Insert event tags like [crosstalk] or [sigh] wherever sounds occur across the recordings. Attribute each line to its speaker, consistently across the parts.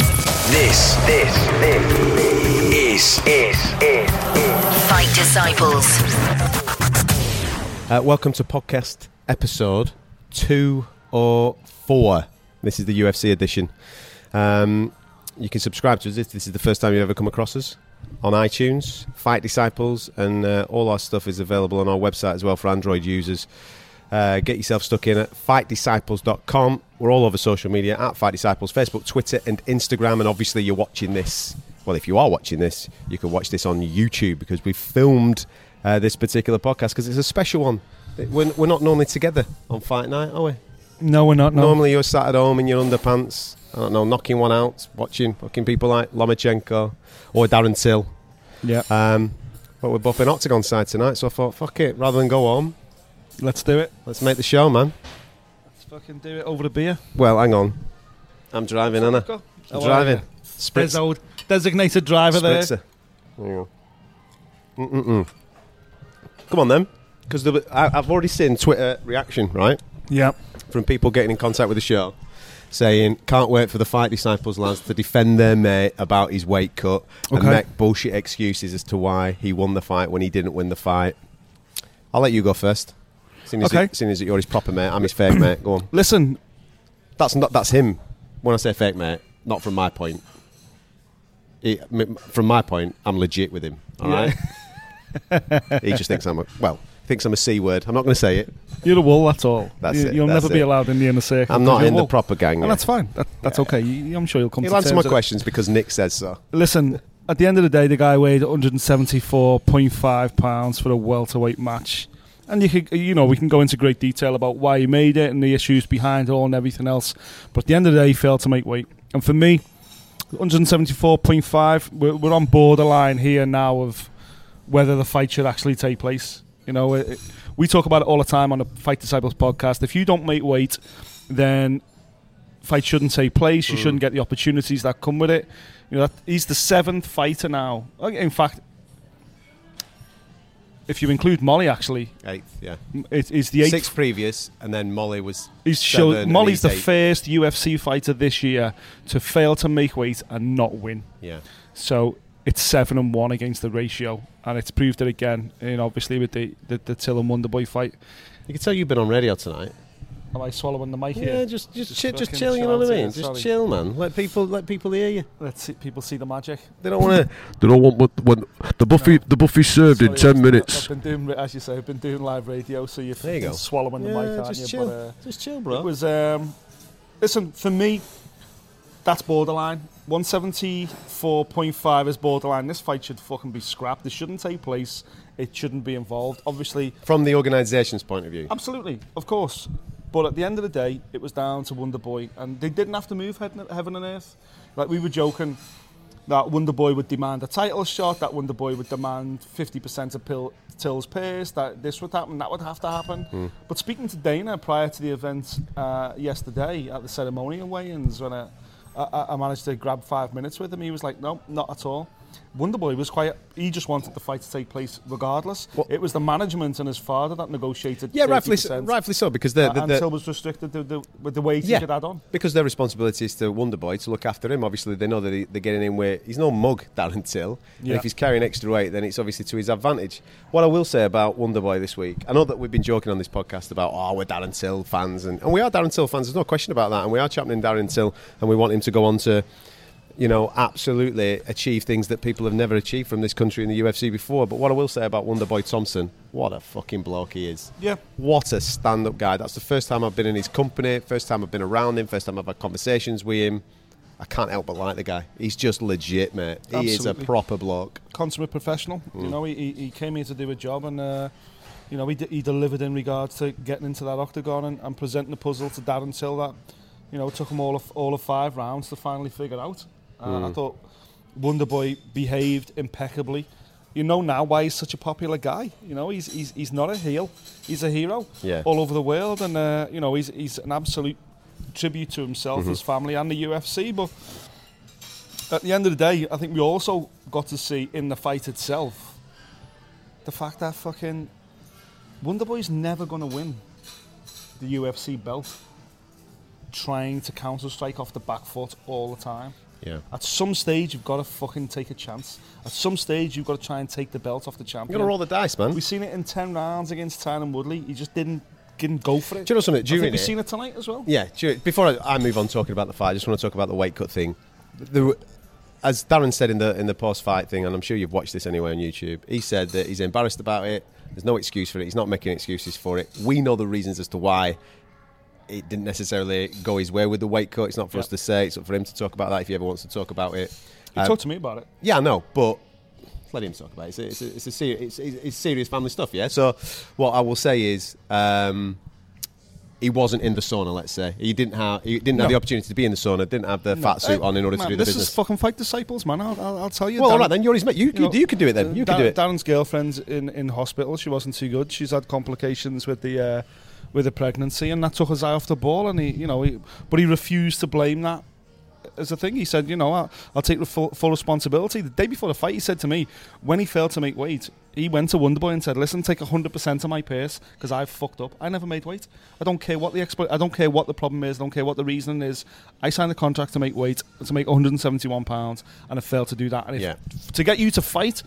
Speaker 1: This, this, this is, is, is,
Speaker 2: Fight Disciples.
Speaker 3: Uh, welcome to podcast episode two or four. This is the UFC edition. Um, you can subscribe to us if this is the first time you've ever come across us on iTunes, Fight Disciples, and uh, all our stuff is available on our website as well for Android users. Uh, get yourself stuck in at fightdisciples.com. We're all over social media at Fight Disciples, Facebook, Twitter, and Instagram. And obviously, you're watching this. Well, if you are watching this, you can watch this on YouTube because we filmed uh, this particular podcast because it's a special one. We're, we're not normally together on Fight Night, are we?
Speaker 4: No, we're not. No.
Speaker 3: Normally, you're sat at home in your underpants. I don't know, knocking one out, watching fucking people like Lomachenko or Darren Till.
Speaker 4: Yeah.
Speaker 3: Um, but we're both in Octagon side tonight, so I thought, fuck it, rather than go home,
Speaker 4: Let's do it.
Speaker 3: let's make the show, man.
Speaker 4: Let's fucking do it over the beer.
Speaker 3: Well, hang on. I'm driving, Anna.
Speaker 4: Go.
Speaker 3: I'm
Speaker 4: How are
Speaker 3: driving.
Speaker 4: you? There's old designated driver there.
Speaker 3: Spritzer. Hang on. Mm-mm-mm. Come on, then. Because I've already seen Twitter reaction, right?
Speaker 4: Yeah.
Speaker 3: from people getting in contact with the show saying, can't wait for the Fight Disciples lads to defend their mate about his weight cut and
Speaker 4: Okay.
Speaker 3: make bullshit excuses as to why he won the fight when he didn't win the fight. I'll let you go first. Seeing as,
Speaker 4: Okay.
Speaker 3: seeing as you're his proper mate, I'm his fake [coughs] mate. Go on.
Speaker 4: Listen,
Speaker 3: That's not. That's him. When I say fake mate, not from my point. He- m- from my point, I'm legit with him. All right. he just thinks I'm a well. Thinks I'm a c word. I'm not going to say it.
Speaker 4: you're a wool. That's all.
Speaker 3: That's
Speaker 4: you,
Speaker 3: it,
Speaker 4: You'll
Speaker 3: that's
Speaker 4: never be
Speaker 3: it.
Speaker 4: allowed in the inner circle.
Speaker 3: I'm
Speaker 4: 'cause
Speaker 3: not
Speaker 4: you're a
Speaker 3: in the
Speaker 4: wool.
Speaker 3: proper gang.
Speaker 4: And
Speaker 3: yet.
Speaker 4: that's fine. That, that's okay. You, I'm sure youll come.
Speaker 3: He'll
Speaker 4: to
Speaker 3: answer
Speaker 4: terms
Speaker 3: my
Speaker 4: with it.
Speaker 3: questions because Nick says so.
Speaker 4: Listen, at the end of the day, the guy weighed 174.5 pounds for a welterweight match, and you could, you know, we can go into great detail about why he made it and the issues behind it all and everything else. But at the end of the day, he failed to make weight, and for me, 174.5, we're, we're on borderline here now of whether the fight should actually take place. You know, it, it- we talk about it all the time on the Fight Disciples podcast. If you don't make weight, then fight shouldn't take place.
Speaker 3: Mm.
Speaker 4: You shouldn't get the opportunities that come with it. You know, that, he's the seventh fighter now. Okay, In fact, if you include Molly, actually,
Speaker 3: Eighth, yeah.
Speaker 4: m- it is the eighth.
Speaker 3: Six previous, and then Molly was.
Speaker 4: he's
Speaker 3: seven,
Speaker 4: show,
Speaker 3: and
Speaker 4: Molly's
Speaker 3: he's
Speaker 4: the
Speaker 3: eight.
Speaker 4: first UFC fighter this year to fail to make weight and not win.
Speaker 3: Yeah.
Speaker 4: So it's seven and one against the ratio, and it's proved it again. And obviously with the the, the Till and Wonderboy fight.
Speaker 3: You can tell you've been on radio tonight.
Speaker 4: Am I swallowing the mic
Speaker 3: Yeah,
Speaker 4: here?
Speaker 3: just just
Speaker 4: Just
Speaker 3: chi- just
Speaker 4: fucking
Speaker 3: chill. You
Speaker 4: chill
Speaker 3: know what I
Speaker 4: out,
Speaker 3: mean?
Speaker 4: yeah,
Speaker 3: Just
Speaker 4: sorry.
Speaker 3: chill, man. Let people let people hear you.
Speaker 4: Let's see, people see the magic.
Speaker 3: They don't
Speaker 4: [laughs]
Speaker 3: want to.
Speaker 5: They don't want what when the buffet the buffet served in
Speaker 4: Sorry,
Speaker 5: ten
Speaker 4: I've-
Speaker 5: minutes.
Speaker 4: I've been doing, as you say, I've been doing live radio, so you're
Speaker 3: There you
Speaker 4: fucking
Speaker 3: go.
Speaker 4: swallowing the mic,
Speaker 3: yeah,
Speaker 4: aren't
Speaker 3: just
Speaker 4: you?
Speaker 3: chill.
Speaker 4: But, uh,
Speaker 3: just chill,
Speaker 4: it
Speaker 3: bro.
Speaker 4: was um, listen for me. That's borderline. 174.5 is borderline. This fight should fucking be scrapped. This shouldn't take place. It shouldn't be involved. Obviously,
Speaker 3: From the organisation's point of view,
Speaker 4: Absolutely, of course. But at the end of the day, it was down to Wonder Boy, and they didn't have to move heaven heaven and earth. Like we were joking that Wonder Boy would demand a title shot, that Wonder Boy would demand 50% of Pil- Till's purse, that this would happen, that would have to happen.
Speaker 3: Hmm.
Speaker 4: But speaking to Dana prior to the event uh, yesterday at the ceremonial weigh-ins, when I, I, I managed to grab five minutes with him, he was like, "No, not at all." Wonderboy was quite. He just wanted the fight to take place regardless.
Speaker 3: What-
Speaker 4: It was the management and his father that negotiated
Speaker 3: yeah, rightfully, so,
Speaker 4: 30%.
Speaker 3: rightfully so, because they're,
Speaker 4: Uh,
Speaker 3: they're,
Speaker 4: and
Speaker 3: they're-
Speaker 4: Till was restricted to the, with the weight
Speaker 3: Yeah.
Speaker 4: he could add on.
Speaker 3: because their responsibility is to Wonder Boy to look after him. Obviously, they know that he, they're getting him where he's no mug, [laughs] Darren Till. And
Speaker 4: Yeah.
Speaker 3: if he's carrying extra weight, then it's obviously to his advantage. What I will say about Wonder Boy this week, I know that we've been joking on this podcast about, oh, we're Darren Till fans, and, and we are Darren Till fans. There's no question about that, and we are championing Darren Till, and we want him to go on to. You know, absolutely achieve things that people have never achieved from this country in the UFC before. But what I will say about Wonder Boy Thompson, what a fucking bloke he is.
Speaker 4: Yeah.
Speaker 3: What a stand up guy. That's the first time I've been in his company, first time I've been around him, first time I've had conversations with him. I can't help but like the guy. He's just legit, mate. He is a
Speaker 4: Absolutely.
Speaker 3: proper bloke.
Speaker 4: Consummate professional. You know, he, he- he came here to do a job and, uh, you know, he, d- he delivered in regards to getting into that octagon and, and presenting the puzzle to Darren Till that, you know, took him all of, all of five rounds to finally figure out. Uh, I thought Wonderboy behaved impeccably. You know now why he's such a popular guy. You know, he's, he's, he's not a heel, he's a hero
Speaker 3: Yeah.
Speaker 4: all over the world. And, uh, you know, he's, he's an absolute tribute to himself, his family, and the UFC. But at the end of the day, I think we also got to see in the fight itself the fact that fucking Wonderboy's never going to win the UFC belt. Trying to counter strike off the back foot all the time.
Speaker 3: Yeah.
Speaker 4: At some stage, you've got to fucking take a chance. At some stage, you've got to try and take the belt off the
Speaker 3: I'm
Speaker 4: champion.
Speaker 3: gonna roll the dice, man.
Speaker 4: We've seen it in ten rounds against Tyron Woodley. He just didn't didn't go for it.
Speaker 3: Do you know something?
Speaker 4: I
Speaker 3: During
Speaker 4: think we've
Speaker 3: it-
Speaker 4: seen it tonight as well.
Speaker 3: Yeah, sure. before I, I move on talking about the fight, I just want to talk about the weight cut thing. There were, as Darren said in the in the post fight thing, and I'm sure you've watched this anyway on YouTube, he said that he's embarrassed about it. There's no excuse for it. He's not making excuses for it. We know the reasons as to why it didn't necessarily go his way with the weight cut. It's not for us
Speaker 4: Yeah.
Speaker 3: to say. It's up for him to talk about that if he ever wants to talk about it.
Speaker 4: You
Speaker 3: Um,
Speaker 4: talk to me about it.
Speaker 3: yeah, I know, but let him talk about it. It's a, it's a, it's a seri- it's, it's, it's serious family stuff, yeah? So what I will say is um, he wasn't in the sauna, let's say. He didn't have he didn't have
Speaker 4: No. Uh,
Speaker 3: the opportunity to be in the sauna, didn't have the fat suit on in order
Speaker 4: man,
Speaker 3: to do the
Speaker 4: this
Speaker 3: business.
Speaker 4: is fucking fight disciples, man. I'll, I'll, I'll tell you.
Speaker 3: well, all
Speaker 4: Darren-
Speaker 3: right, then. You're his mate. You, you,
Speaker 4: know,
Speaker 3: you can do it then. You
Speaker 4: Dar-
Speaker 3: can do it.
Speaker 4: Darren's girlfriend's in, in hospital. She wasn't too good. She's had complications with the uh, with the pregnancy, and that took his eye off the ball. And he, you know, he, but he refused to blame that as a thing. He said, you know, I'll, I'll take the full, full responsibility. The day before the fight, he said to me, when he failed to make weight, he went to Wonderboy and said, listen, take 100% of my purse because I've fucked up. I never made weight. I don't care what the expl- I don't care what the problem is. I don't care what the reason is. I signed a contract to make weight to make 171 pounds, and I failed to do that. And if,
Speaker 3: Yeah.
Speaker 4: to get you to fight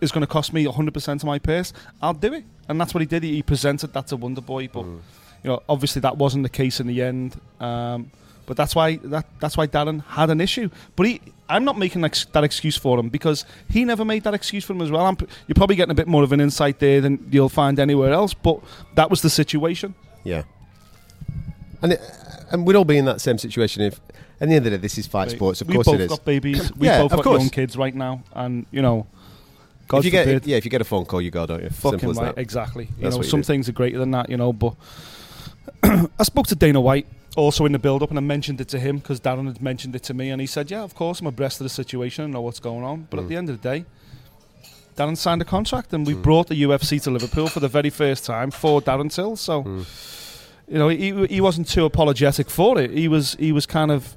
Speaker 4: is going to cost me 100% of my purse. I'll do it, and that's what he did. He presented that to Wonderboy, but
Speaker 3: Mm.
Speaker 4: you know, obviously that wasn't the case in the end. Um, but that's why that that's why Darren had an issue. But he, I'm not making ex- that excuse for him because he never made that excuse for him as well. I'm, p- you're probably getting a bit more of an insight there than you'll find anywhere else. But that was the situation.
Speaker 3: Yeah. And, it, and we'd all be in that same situation if, at the end of the day, this is fight sports. Of
Speaker 4: we
Speaker 3: course
Speaker 4: both
Speaker 3: it is. [clears throat]
Speaker 4: got babies. We
Speaker 3: Yeah,
Speaker 4: both
Speaker 3: of
Speaker 4: got
Speaker 3: course.
Speaker 4: young kids right now, and you know, God
Speaker 3: if you get,
Speaker 4: forbid.
Speaker 3: yeah, if you get a phone call, you go, don't you?
Speaker 4: Fucking
Speaker 3: Simple as
Speaker 4: right,
Speaker 3: that.
Speaker 4: exactly. You
Speaker 3: That's
Speaker 4: know,
Speaker 3: what you
Speaker 4: some
Speaker 3: do.
Speaker 4: things are greater than that, you know. But [clears throat] I spoke to Dana White also in the build-up, and I mentioned it to him because Darren had mentioned it to me, and he said, "Yeah, of course, I'm abreast of the situation and know what's going on." But
Speaker 3: Mm.
Speaker 4: at the end of the day, Darren signed a contract, and we brought the UFC to Liverpool for the very first time for Darren Till. So,
Speaker 3: Mm.
Speaker 4: you know, he he wasn't too apologetic for it. He was he was kind of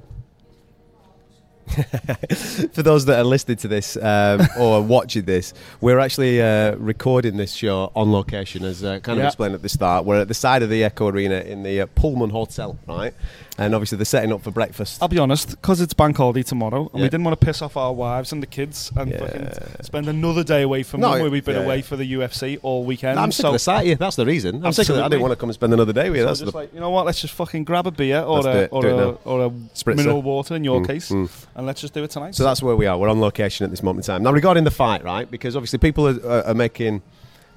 Speaker 3: for those that are listening to this
Speaker 4: [laughs]
Speaker 3: um, or watching this, we're actually uh, recording this show on location, as uh, kind of
Speaker 4: Yeah.
Speaker 3: explained at the start. We're at the side of the Echo Arena in the uh, Pullman Hotel, right? And obviously they're setting up for breakfast.
Speaker 4: I'll be honest, because it's bank holiday tomorrow, and
Speaker 3: Yeah.
Speaker 4: we didn't want to piss off our wives and the kids and
Speaker 3: Yeah.
Speaker 4: fucking spend another day away from
Speaker 3: No,
Speaker 4: them where we've been
Speaker 3: yeah,
Speaker 4: away
Speaker 3: yeah.
Speaker 4: for the UFC all weekend.
Speaker 3: I'm sick
Speaker 4: so
Speaker 3: of the sight. Yeah, that's the reason. I'm sick of it. I
Speaker 4: Absolutely.
Speaker 3: didn't want to come and spend another day with you.
Speaker 4: so
Speaker 3: That's
Speaker 4: just
Speaker 3: the,
Speaker 4: like, you know what? Let's just fucking grab a beer or
Speaker 3: Let's do
Speaker 4: a,
Speaker 3: it.
Speaker 4: or
Speaker 3: Do it
Speaker 4: a,
Speaker 3: now.
Speaker 4: or a
Speaker 3: Spritzer.
Speaker 4: mineral water in your
Speaker 3: Mm,
Speaker 4: case,
Speaker 3: mm.
Speaker 4: and let's just do it tonight.
Speaker 3: So that's where we are. We're on location at this moment in time. Now, regarding the fight, right? Because obviously people are- are, are making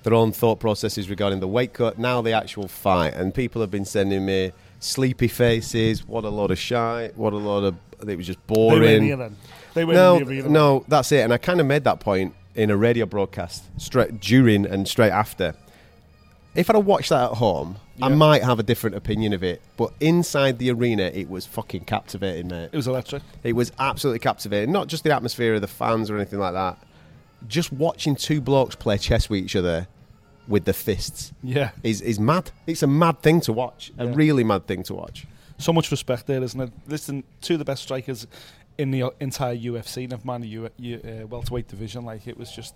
Speaker 3: their own thought processes regarding the weight cut, now the actual fight. And people have been sending me sleepy faces, what a lot of shite, what a lot of. It was just
Speaker 4: they
Speaker 3: boring.
Speaker 4: were in here then. They were
Speaker 3: No,
Speaker 4: in here then.
Speaker 3: no, that's it. And I kind of made that point in a radio broadcast straight during and straight after. If I'd have watched that at home, I
Speaker 4: Yeah.
Speaker 3: might have a different opinion of it. But inside the arena, it was fucking captivating, mate.
Speaker 4: it was electric.
Speaker 3: It was absolutely captivating. Not just the atmosphere of the fans or anything like that. Just watching two blokes play chess with each other with the fists
Speaker 4: Yeah,
Speaker 3: is, is mad. It's a mad thing to watch. A
Speaker 4: Yeah.
Speaker 3: really mad thing to watch.
Speaker 4: so much respect there, isn't it? Listen, two of the best strikers in the uh, entire UFC, never mind the U- U- uh, welterweight division. Like it was just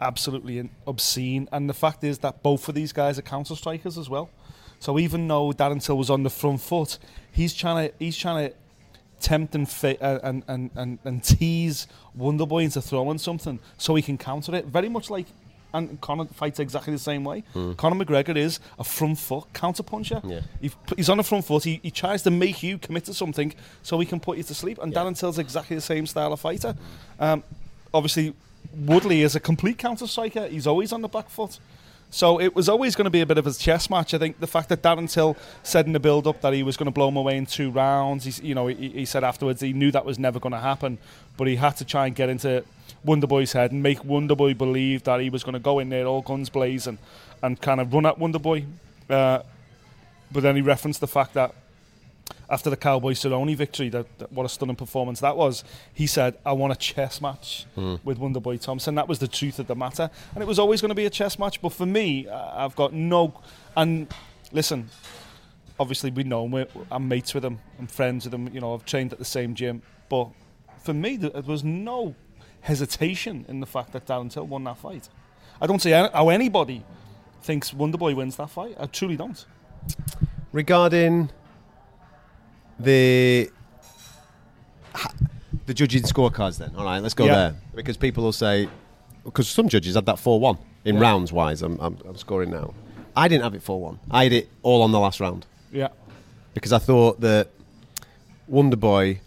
Speaker 4: absolutely in- obscene. And the fact is that both of these guys are counter strikers as well. So even though Darren Till was on the front foot, he's trying to he's trying to tempt and fi- uh, and, and and and tease Wonderboy into throwing something so he can counter it. Very much like. And Conor fights exactly the same way. Conor McGregor is a front foot counter puncher.
Speaker 3: Yeah.
Speaker 4: He- he's on the front foot. He, he tries to make you commit to something so he can put you to sleep. And Darren Till's exactly the same style of fighter. Um, obviously, Woodley is a complete counter striker. He's always on the back foot. So it was always going to be a bit of a chess match. I think the fact that Darren Till said in the build-up that he was going to blow him away in two rounds, he's, you know, he, he said afterwards he knew that was never going to happen, but he had to try and get into Wonderboy's head and make Wonderboy believe that he was going to go in there all guns blazing and kind of run at Wonderboy. Uh, but then he referenced the fact that after the Cowboy Cerrone victory, that, that what a stunning performance that was. He said, "I want a chess match with Wonderboy Thompson." That was the truth of the matter, and it was always going to be a chess match. But for me, I- I've got no. And listen, obviously we know him. We're, I'm mates with him. I'm friends with him. You know, I've trained at the same gym. But for me, there there was no hesitation in the fact that Darren Till won that fight. I don't see how anybody thinks Wonderboy wins that fight. I truly don't.
Speaker 3: regarding the the judging scorecards then. All right, let's go
Speaker 4: Yeah.
Speaker 3: there because people will say because some judges had that four one in rounds wise. I'm, I'm I'm scoring now. I didn't have it four one. I had it all on the last round
Speaker 4: Yeah.
Speaker 3: because I thought that Wonder Boy,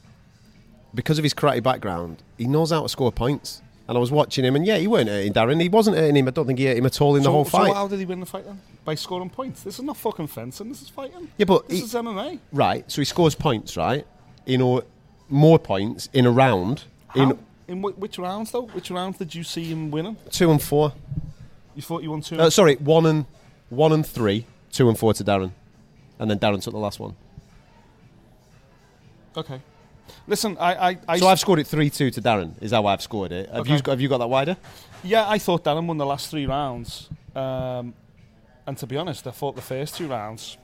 Speaker 3: because of his karate background, he knows how to score points. And I was watching him, and yeah, he weren't hurting Darren. He wasn't hurting him. I don't think he hurt him at all in the
Speaker 4: so,
Speaker 3: whole fight.
Speaker 4: so how did he win the fight then? By scoring points. This is not fucking fencing. This is fighting.
Speaker 3: Yeah, but
Speaker 4: this
Speaker 3: he-
Speaker 4: is MMA.
Speaker 3: Right. So he scores points, right? In or more points in a round
Speaker 4: In,
Speaker 3: in
Speaker 4: in whi- which rounds though? Which rounds did you see him winning?
Speaker 3: two and four.
Speaker 4: You thought you won two.
Speaker 3: Uh, sorry, one and one and three, two and four to Darren, and then Darren took the last one.
Speaker 4: okay. Listen, I, I, I
Speaker 3: So I've scored it three two to Darren. Is how I've scored it. Have you
Speaker 4: Okay.
Speaker 3: got, have you got that wider?
Speaker 4: Yeah, I thought Darren won the last three rounds. Um, and to be honest, I thought the first two rounds,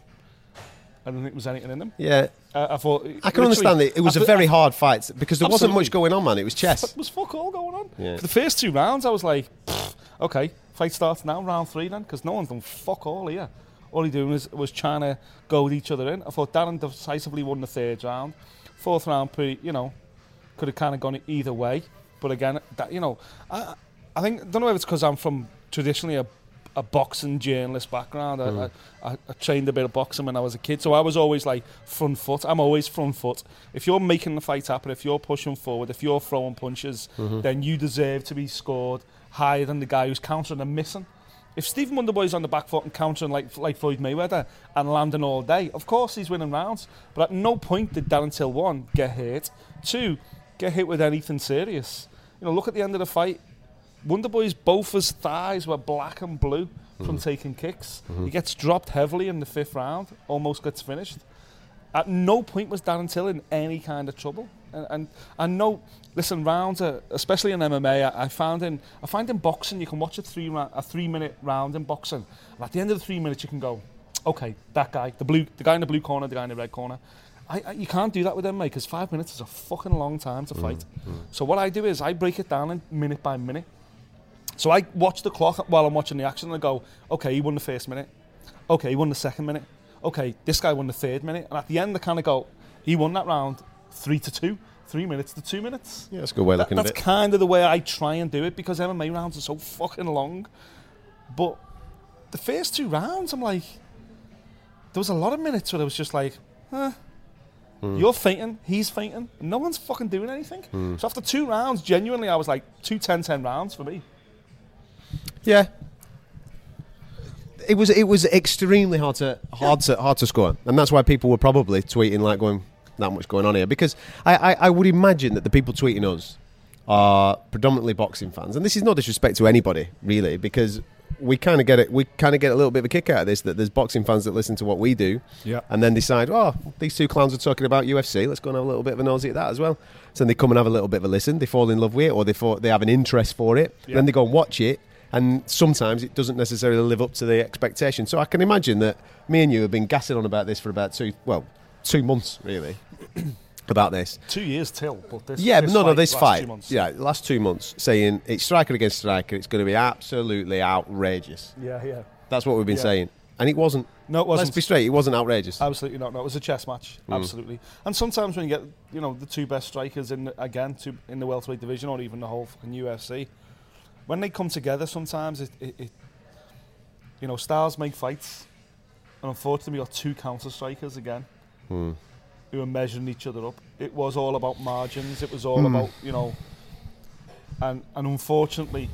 Speaker 4: I don't think there was anything in them.
Speaker 3: Yeah,
Speaker 4: Uh, I thought.
Speaker 3: I can understand it. It was a very hard fight because there wasn't
Speaker 4: Absolutely.
Speaker 3: much going on, man. It was chess.
Speaker 4: There was fuck all going on.
Speaker 3: Yeah.
Speaker 4: For the first two rounds, I was like, "Pfft, okay, fight starts now, round three then, because no one's done fuck all here. All he doing was, was trying to goad each other in. I thought Darren decisively won the third round. Fourth round, pretty, you know, could have kind of gone either way. But again, that you know, I, I think I don't know if it's because I'm from traditionally a, a boxing journalist background. I, I, I, I trained a bit of boxing when I was a kid, so I was always like front foot. I'm always front foot. If you're making the fight happen, if you're pushing forward, if you're throwing punches, then you deserve to be scored higher than the guy who's countering and missing. If Stephen Wonderboy's on the back foot and countering like like Floyd Mayweather and landing all day, of course he's winning rounds. But at no point did Darren Till one get hurt, two get hit with anything serious. You know, look at the end of the fight. Wonderboy's both his thighs were black and blue from taking kicks. He gets dropped heavily in the fifth round, almost gets finished. At no point was Darren Till in any kind of trouble. And and I know, listen, rounds, are, especially in MMA, I, I found in I find in boxing you can watch a three ra- a three minute round in boxing, and at the end of the three minutes you can go, okay, that guy, the blue, the guy in the blue corner, the guy in the red corner. I, I, you can't do that with MMA because five minutes is a fucking long time to fight. So what I do is I break it down in minute by minute. So I watch the clock while I'm watching the action and I go, okay, he won the first minute. Okay, he won the second minute. Okay, this guy won the third minute. And at the end, I kind of go, he won that round three to two, three minutes to two minutes.
Speaker 3: Yeah, that's a good way of looking at
Speaker 4: That's
Speaker 3: it.
Speaker 4: kind of the way I try and do it because MMA rounds are so fucking long. But the first two rounds, I'm like, there was a lot of minutes where I was just like, huh.
Speaker 3: Hmm.
Speaker 4: You're fainting, he's fainting, no one's fucking doing anything. So after two rounds, genuinely, I was like, two 10 10 rounds for me.
Speaker 3: Yeah. It was it was extremely hard to hard to hard to score, and that's why people were probably tweeting like going that much going on here because I, I, I would imagine that the people tweeting us are predominantly boxing fans, and this is no disrespect to anybody really because we kind of get it we kind of get a little bit of a kick out of this that there's boxing fans that listen to what we do
Speaker 4: Yeah.
Speaker 3: and then decide oh these two clowns are talking about UFC let's go and have a little bit of a nosy at that as well so then they come and have a little bit of a listen they fall in love with it or they fall, they have an interest for it
Speaker 4: Yeah.
Speaker 3: then they go and watch it and sometimes it doesn't necessarily live up to the expectation. So I can imagine that me and you have been gassing on about this for about two, well, two months really, [coughs] about this.
Speaker 4: Two years till, but this.
Speaker 3: Yeah,
Speaker 4: this
Speaker 3: but no, no,
Speaker 4: fight
Speaker 3: this
Speaker 4: lasts
Speaker 3: fight,
Speaker 4: two months.
Speaker 3: yeah, last two months, saying it's striker against striker, it's going to be absolutely outrageous.
Speaker 4: yeah, yeah.
Speaker 3: That's what we've been
Speaker 4: Yeah.
Speaker 3: saying, and it wasn't.
Speaker 4: No, it wasn't. Uh,
Speaker 3: Let's be straight, it wasn't outrageous.
Speaker 4: Absolutely not. No, it was a chess match. Absolutely. And sometimes when you get, you know, the two best strikers in the, again two, in the welterweight division or even the whole fucking UFC, when they come together, sometimes it, it, it you know, stars make fights, and unfortunately, we got two counter strikers again. Who were measuring each other up. It was all about margins. It was all about you know, and and unfortunately,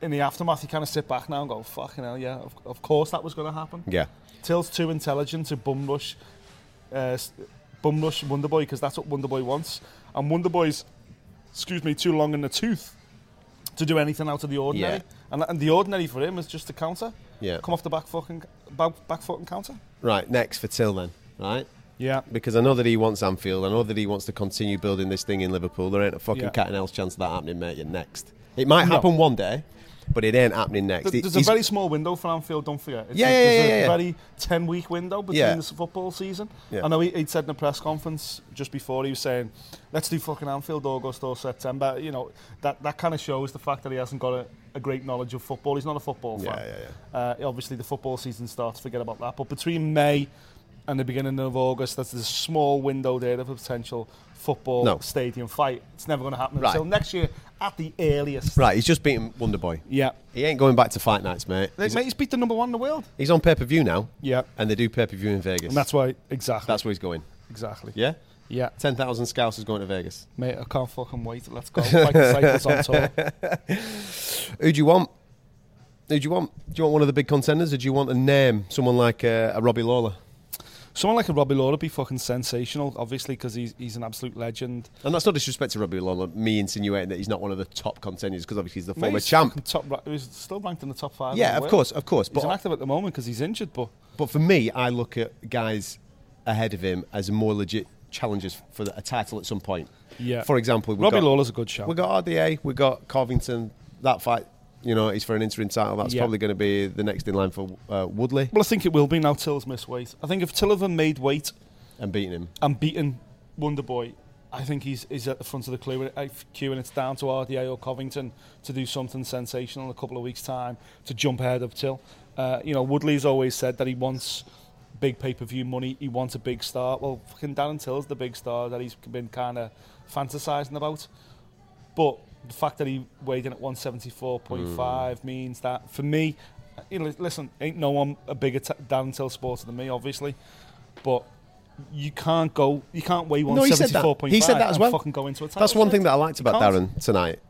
Speaker 4: in the aftermath, you kind of sit back now and go, "Fucking hell, yeah, of, of course that was going to happen."
Speaker 3: yeah,
Speaker 4: Till's too intelligent to bum rush, uh, s- bum rush Wonderboy because that's what Wonderboy wants. And Wonderboy's, excuse me, too long in the tooth to do anything out of the ordinary.
Speaker 3: Yeah.
Speaker 4: And, and the ordinary for him is just to counter.
Speaker 3: Yeah.
Speaker 4: Come off the back fucking back, back foot and counter.
Speaker 3: right. Next for Till then, right?
Speaker 4: Yeah.
Speaker 3: Because I know that he wants Anfield. I know that he wants to continue building this thing in Liverpool. There ain't a fucking
Speaker 4: Yeah.
Speaker 3: cat and else chance of that happening, mate. You're next. It might
Speaker 4: No.
Speaker 3: happen one day, but it ain't happening next. It-
Speaker 4: There's a
Speaker 3: he's-
Speaker 4: very small window for Anfield, don't forget. It's
Speaker 3: Yeah,
Speaker 4: a,
Speaker 3: yeah,
Speaker 4: there's
Speaker 3: yeah,
Speaker 4: a
Speaker 3: yeah, yeah.
Speaker 4: very 10 week window between
Speaker 3: Yeah.
Speaker 4: this football season.
Speaker 3: Yeah.
Speaker 4: I know he, he'd said in a press conference just before, he was saying, let's do fucking Anfield August or September. You know, that, that kind of shows the fact that he hasn't got a, a great knowledge of football. He's not a football
Speaker 3: Yeah,
Speaker 4: fan.
Speaker 3: yeah, yeah.
Speaker 4: Uh, obviously, the football season starts, forget about that. But between May and the beginning of August, there's this small window there of potential football
Speaker 3: No.
Speaker 4: stadium fight. It's never going to happen
Speaker 3: Right.
Speaker 4: until next year at the earliest.
Speaker 3: Right, he's just beaten Wonder Boy.
Speaker 4: Yeah.
Speaker 3: He ain't going back to fight nights, mate.
Speaker 4: Like,
Speaker 3: He's,
Speaker 4: mate, he's beat the number one in the world.
Speaker 3: he's on pay per view now.
Speaker 4: Yeah.
Speaker 3: And they do pay per view in Vegas.
Speaker 4: And that's why, exactly.
Speaker 3: that's where he's going.
Speaker 4: exactly.
Speaker 3: Yeah?
Speaker 4: Yeah.
Speaker 3: 10,000 scouts is going to Vegas.
Speaker 4: Mate, I can't fucking wait. Let's [laughs] go. Like disciples on tour.
Speaker 3: Who do you want? Who do you want? Do you want one of the big contenders or do you want a name? Someone like uh, a Robbie Lawler?
Speaker 4: Someone like a Robbie Lawler would be fucking sensational, obviously, because he's, he's an absolute legend.
Speaker 3: And that's not disrespect to Robbie Lawler, me insinuating that he's not one of the top contenders because obviously he's the
Speaker 4: Mate,
Speaker 3: former
Speaker 4: he's fucking
Speaker 3: champ.
Speaker 4: Top, ra- he's still ranked in the top five. in
Speaker 3: Yeah,
Speaker 4: the
Speaker 3: of
Speaker 4: world.
Speaker 3: course, of course.
Speaker 4: He's
Speaker 3: But,
Speaker 4: inactive at the moment because he's injured, but
Speaker 3: but for me, I look at guys ahead of him as more legit challengers for the, a title at some point.
Speaker 4: Yeah.
Speaker 3: For example, we've
Speaker 4: Robbie
Speaker 3: got,
Speaker 4: Lawler's a good shout.
Speaker 3: We got RDA, we got Covington. That fight, you know, is for an interim title. That's
Speaker 4: Yeah.
Speaker 3: probably going to be the next in line for uh, Woodley
Speaker 4: well, I think it will be now Till's missed weight. I think if Till have made weight
Speaker 3: and beating him.
Speaker 4: and beaten Wonderboy, I think he's, he's at the front of the clue- uh, queue and it's down to RDA or Covington to do something sensational in a couple of weeks' time to jump ahead of Till. Uh, you know, Woodley's always said that he wants big pay-per-view money, he wants a big star. Well, fucking Darren Till's the big star that he's been kind of fantasising about. But the fact that he weighed in at 174.5 means that for me, you know, listen, ain't no one a bigger t- Dan Till sporter than me, obviously. But you can't go, you can't weigh
Speaker 3: No, he said that.
Speaker 4: 174.5.
Speaker 3: He said that as
Speaker 4: and
Speaker 3: well.
Speaker 4: Fucking go into a title
Speaker 3: That's one
Speaker 4: shot.
Speaker 3: thing that I liked
Speaker 4: You
Speaker 3: about
Speaker 4: can't.
Speaker 3: Darren tonight.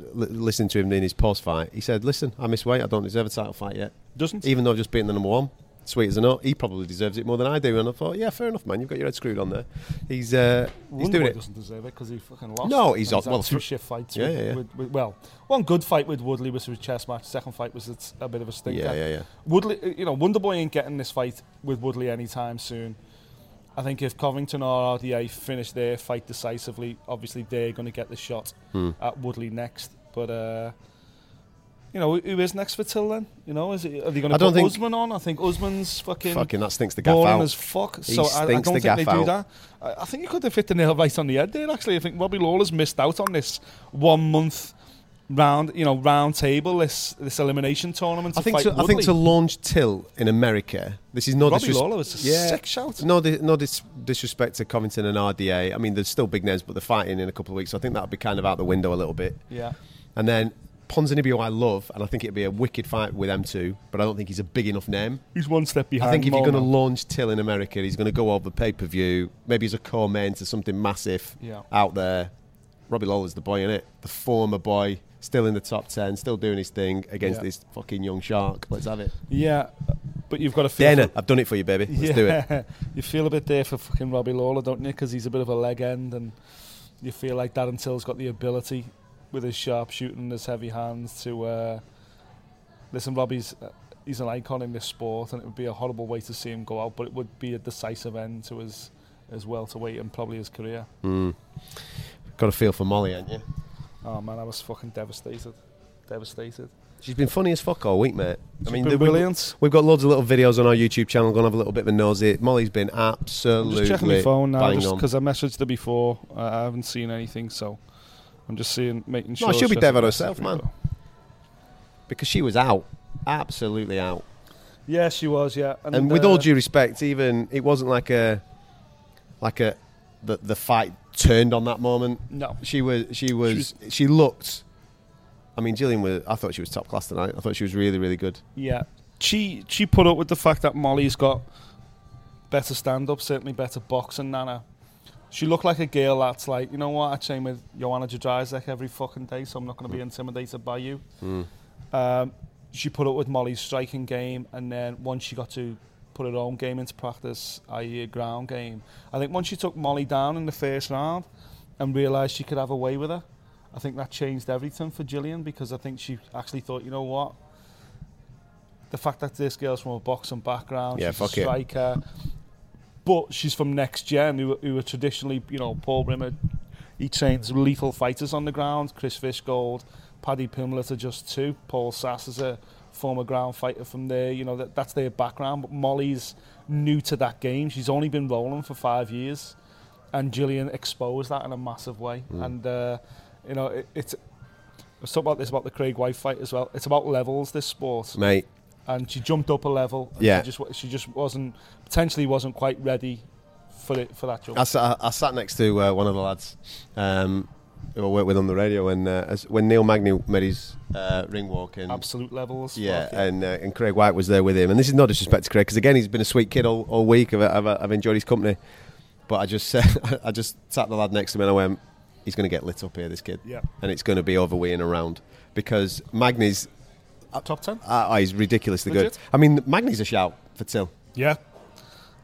Speaker 3: L- listening to him in his post fight, he said, "Listen, I miss weight. I don't deserve a title fight yet.
Speaker 4: Doesn't.
Speaker 3: Even though I've just beaten the number one. Sweet as a nut. He probably deserves it more than I do." And I thought, "Yeah, fair enough, man. You've got your head screwed on there. He's uh, he's
Speaker 4: Wonderboy
Speaker 3: doing it.
Speaker 4: doesn't deserve it because he fucking lost.
Speaker 3: No, he's
Speaker 4: And
Speaker 3: not-
Speaker 4: had
Speaker 3: well,
Speaker 4: two
Speaker 3: thr-
Speaker 4: shit fights.
Speaker 3: Yeah,
Speaker 4: with,
Speaker 3: yeah, yeah.
Speaker 4: With, with, well, one good fight with Woodley was his chess match. Second fight was it's a bit of a stinker.
Speaker 3: Yeah, yeah, yeah.
Speaker 4: Woodley, uh, you know, Wonderboy ain't getting this fight with Woodley anytime soon. I think if Covington or RDA finish their fight decisively, obviously they're going to get the shot
Speaker 3: Hmm.
Speaker 4: at Woodley next. But uh, you know, who is next for Till then? You know, is it, are they going
Speaker 3: I
Speaker 4: to
Speaker 3: don't
Speaker 4: put
Speaker 3: think-
Speaker 4: Usman on? I think Usman's fucking
Speaker 3: Fucking that stinks the gaff
Speaker 4: boring
Speaker 3: out.
Speaker 4: as fuck.
Speaker 3: He
Speaker 4: so I, I
Speaker 3: stinks
Speaker 4: don't
Speaker 3: the
Speaker 4: think they
Speaker 3: gaff
Speaker 4: do
Speaker 3: out.
Speaker 4: that. I, I think you could have hit the nail right on the head there. Actually, I think Robbie Lawler's missed out on this one month round, you know, round table, this this elimination tournament. To
Speaker 3: I think
Speaker 4: fight
Speaker 3: to, I think to
Speaker 4: Woodley.
Speaker 3: launch Till in America. This is no
Speaker 4: Robbie
Speaker 3: disres-
Speaker 4: Lawler is a sick shout.
Speaker 3: No, di- no dis- disrespect to Covington and RDA. I mean, they're still big names, but they're fighting in a couple of weeks. So I think that'll be kind of out the window a little bit.
Speaker 4: yeah,
Speaker 3: And then Ponzinibbio, I love, and I think it'd be a wicked fight with M2, but I don't think he's a big enough name.
Speaker 4: he's one step behind.
Speaker 3: I think if you're going to
Speaker 4: Mona.
Speaker 3: launch Till in America, he's going to go over pay per view, maybe as a core main to something massive
Speaker 4: Yeah.
Speaker 3: out there. Robbie Lawler's the boy in it, the former boy, still in the top 10, still doing his thing against
Speaker 4: Yeah.
Speaker 3: this fucking young shark. Let's have it.
Speaker 4: yeah, but you've got to feel
Speaker 3: Dana, I've done it for you, baby. Let's
Speaker 4: yeah,
Speaker 3: do it.
Speaker 4: [laughs] you feel a bit there for fucking Robbie Lawler, don't you? Because he's a bit of a leg end, and you feel like Darren Till's got the ability with his sharp shooting and his heavy hands to. Uh, listen, Robbie's uh, he's an icon in this sport, and it would be a horrible way to see him go out, but it would be a decisive end to his his welterweight and probably his career.
Speaker 3: Got a feel for Molly, ain't you?
Speaker 4: Oh man, I was fucking devastated, devastated.
Speaker 3: She's been funny as fuck all week, mate. I mean,
Speaker 4: been
Speaker 3: the-
Speaker 4: brilliant.
Speaker 3: We've, we've got loads of little videos on our YouTube channel. Go and have a little bit of a nosy. Molly's been
Speaker 4: I'm
Speaker 3: absolutely
Speaker 4: just checking my phone now,
Speaker 3: bang
Speaker 4: just
Speaker 3: on.
Speaker 4: because I messaged her before. Uh, I I haven't seen anything, so I'm just seeing, making sure.
Speaker 3: she'll be
Speaker 4: she hasn't
Speaker 3: dead by
Speaker 4: messaged
Speaker 3: herself,
Speaker 4: me,
Speaker 3: man.
Speaker 4: though.
Speaker 3: because she was out, absolutely out.
Speaker 4: Yeah, she was. Yeah,
Speaker 3: and with all
Speaker 4: uh,
Speaker 3: due respect, even it wasn't like a like a the the fight turned on that moment.
Speaker 4: no,
Speaker 3: She was she was she, looked. I mean, Gillian was. I thought she was top class tonight. I thought she was really really good.
Speaker 4: yeah, she she put up with the fact that Molly's got better stand up, certainly better boxing than her. She looked like a girl that's like, you know what, I train with Joanna Jadrzejczyk every fucking day, so I'm not going
Speaker 3: Hmm.
Speaker 4: to be intimidated by you. Um, she put up with Molly's striking game, and then once she got to put her own game into practice, i.e., a ground game, I think once she took Molly down in the first round and realised she could have a way with her, I think that changed everything for Gillian because I think she actually thought, you know what, the fact that this girl's from a boxing background,
Speaker 3: Yeah,
Speaker 4: she's
Speaker 3: fuck
Speaker 4: a
Speaker 3: it.
Speaker 4: striker, but she's from Next Gen, who, who are traditionally, you know, Paul Rimmer, he trains lethal fighters on the ground. Chris Fishgold, Paddy Pimlet are just two. Paul Sass is a former ground fighter from there. You know, that, that's their background. But Molly's new to that game. She's only been rolling for five years. And Gillian exposed that in a massive way. And, uh, you know, it, it's. I was talking about this about the Craig White fight as well. It's about levels, this sport
Speaker 3: Mate,
Speaker 4: and she jumped up a level. And
Speaker 3: Yeah.
Speaker 4: she just wa- she just wasn't potentially wasn't quite ready for it for that job.
Speaker 3: I sat, I sat next to uh, one of the lads um, who I work with on the radio when uh, as, when Neil Magny made his uh, ring walk and
Speaker 4: Absolute levels.
Speaker 3: yeah,
Speaker 4: fuck
Speaker 3: and uh, and Craig White was there with him. And this is no disrespect to Craig because again he's been a sweet kid all, all week. I've, I've, I've enjoyed his company, but I just [laughs] I just sat the lad next to him and I went, he's going to get lit up here, this kid,
Speaker 4: Yeah.
Speaker 3: and it's going to be over we and around because Magny's
Speaker 4: top ten.
Speaker 3: uh, oh, he's ridiculously good.
Speaker 4: Legit.
Speaker 3: I mean Magny's a shout for Till.
Speaker 4: Yeah,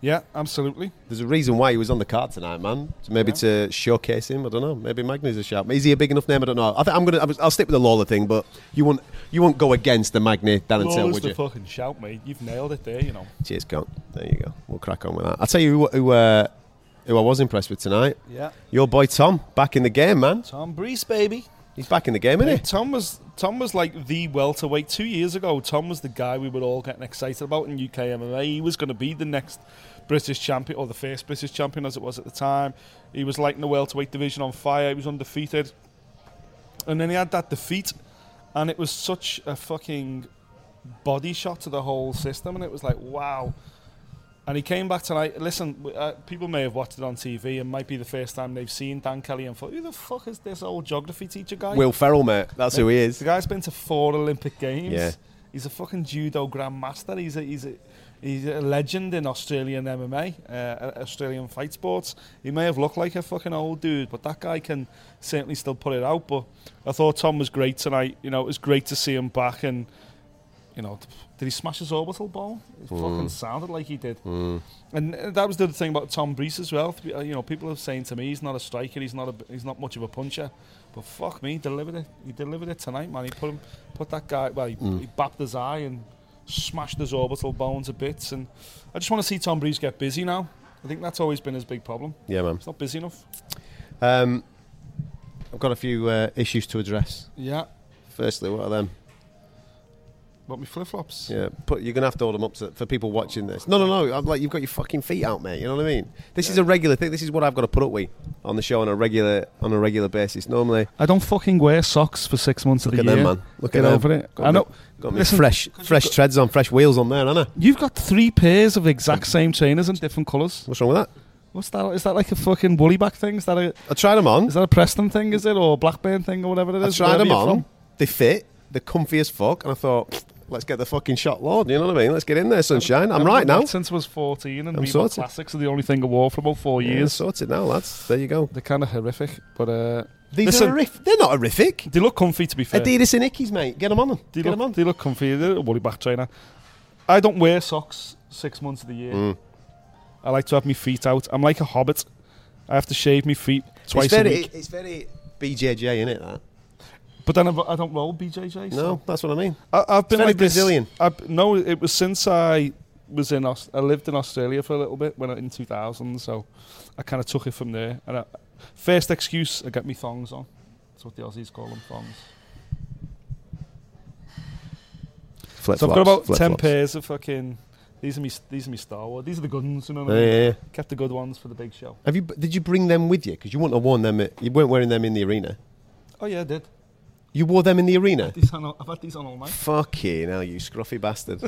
Speaker 4: yeah, absolutely.
Speaker 3: There's a reason why he was on the card tonight, man. So maybe to showcase him. I don't know. Maybe Magny's a shout. Is he a big enough name? I don't know. I think I'm gonna. I was- I'll stick with the Lawler thing, but you won't. You won't go against the Magny Dan and Till,
Speaker 4: Lawler's
Speaker 3: would
Speaker 4: the
Speaker 3: you?
Speaker 4: fucking shout, mate. You've nailed it there. You know.
Speaker 3: Cheers, Con. There you go. We'll crack on with that. I'll tell you who, who, uh, who I was impressed with tonight.
Speaker 4: Yeah.
Speaker 3: Your boy Tom, back in the game, man.
Speaker 4: Tom Breeze, baby.
Speaker 3: He's back in the game, isn't
Speaker 4: Hey,
Speaker 3: he?
Speaker 4: Tom was Tom was like the welterweight two years ago. Tom was the guy we were all getting excited about in UK MMA. He was going to be the next British champion or the first British champion as it was at the time. He was lighting the welterweight division on fire. He was undefeated, and then he had that defeat, and it was such a fucking body shot to the whole system. And it was like wow. And he came back tonight. Listen, w- uh, people may have watched it on TV. It might be the first time they've seen Dan Kelly and thought, "Who the fuck is this old geography teacher guy?"
Speaker 3: Will Ferrell, mate. That's who he
Speaker 4: The
Speaker 3: is.
Speaker 4: guy's been to four Olympic Games.
Speaker 3: Yeah.
Speaker 4: He's a fucking judo grandmaster. He's a he's a he's a legend in Australian MMA, uh, Australian fight sports. He may have looked like a fucking old dude, but that guy can certainly still put it out. But I thought Tom was great tonight. You know, it was great to see him back and. You know, did he smash his orbital bone? It fucking sounded like he did. And uh, that was the other thing about Tom Brees as well. To be- uh, You know, people are saying to me he's not a striker, he's not a, he's not much of a puncher, but fuck me, he delivered it. He delivered it tonight, man. He put him, put that guy. Well, he, he bapped his eye and smashed his orbital bone to bits. And I just want to see Tom Brees get busy now. I think that's always been his big problem.
Speaker 3: Yeah, man.
Speaker 4: He's not busy enough.
Speaker 3: Um, I've got a few uh, issues to address.
Speaker 4: Yeah,
Speaker 3: Firstly, what are them?
Speaker 4: but me flip flops.
Speaker 3: Yeah, put, you're gonna have to hold them up so, for people watching this. No, no, no. I'm like, you've got your fucking feet out, mate. You know what I mean? This is a regular thing. This is what I've got to put up with on the show on a regular on a regular basis. Normally,
Speaker 4: I don't fucking wear socks for six months of
Speaker 3: look at them, man. Look
Speaker 4: Get
Speaker 3: at them.
Speaker 4: over it.
Speaker 3: Got
Speaker 4: I
Speaker 3: me-
Speaker 4: know-
Speaker 3: Got me
Speaker 4: Listen,
Speaker 3: fresh, fresh treads on, fresh wheels on there, Anna.
Speaker 4: You've got three pairs of exact same trainers in different colours.
Speaker 3: What's wrong with that?
Speaker 4: What's that? Is that like a fucking woolly back thing? Is that a
Speaker 3: I tried them on.
Speaker 4: Is that a Preston thing, is it? Or a Blackburn thing, or whatever it
Speaker 3: I
Speaker 4: is?
Speaker 3: tried
Speaker 4: wherever
Speaker 3: them
Speaker 4: you're
Speaker 3: on.
Speaker 4: from?
Speaker 3: They fit. They're comfy as fuck. And I thought, let's get the fucking shot, Lord. You know what I mean? Let's get in there, sunshine. I'm
Speaker 4: I've
Speaker 3: right
Speaker 4: done
Speaker 3: now.
Speaker 4: that Since I was 14, and
Speaker 3: I'm
Speaker 4: Reebok
Speaker 3: sorted.
Speaker 4: Classics are the only thing I wore for about four
Speaker 3: Yeah,
Speaker 4: years.
Speaker 3: sorted now, lads. There you go.
Speaker 4: They're kind of horrific, but uh,
Speaker 3: These
Speaker 4: Listen,
Speaker 3: are horrific. They're not horrific.
Speaker 4: they look comfy, to be fair.
Speaker 3: Adidas and Ickies, mate. Get them on them.
Speaker 4: They
Speaker 3: Get them on.
Speaker 4: look, they look comfy. They're a woolly back trainer. I don't wear socks six months of the year.
Speaker 3: Mm.
Speaker 4: I like to have my feet out. I'm like a hobbit. I have to shave my feet twice
Speaker 3: it's very,
Speaker 4: a week.
Speaker 3: It's very BJJ, in it? That.
Speaker 4: But then I've, I don't roll BJJ. so-
Speaker 3: No, that's what I mean.
Speaker 4: I, I've been
Speaker 3: very
Speaker 4: like this-
Speaker 3: Brazilian.
Speaker 4: I've, no, it was since I was in. Aus- I lived in Australia for a little bit when I, in 2000, so I kind of took it from there. And I, first excuse, I get me thongs on. That's what the Aussies call them, thongs.
Speaker 3: Flip
Speaker 4: so I've got about ten pairs of fucking. These are me. These are me Star Wars. These are the good ones. You know what
Speaker 3: Yeah,
Speaker 4: I mean?
Speaker 3: yeah, yeah.
Speaker 4: Kept the good ones for the big show.
Speaker 3: Have you? Did you bring them with you? Because you wouldn't have worn them. At, you weren't wearing them in the arena.
Speaker 4: Oh yeah, I did.
Speaker 3: You wore them in the arena.
Speaker 4: These on, all- I've had these on all night.
Speaker 3: Fucking hell, you scruffy bastard!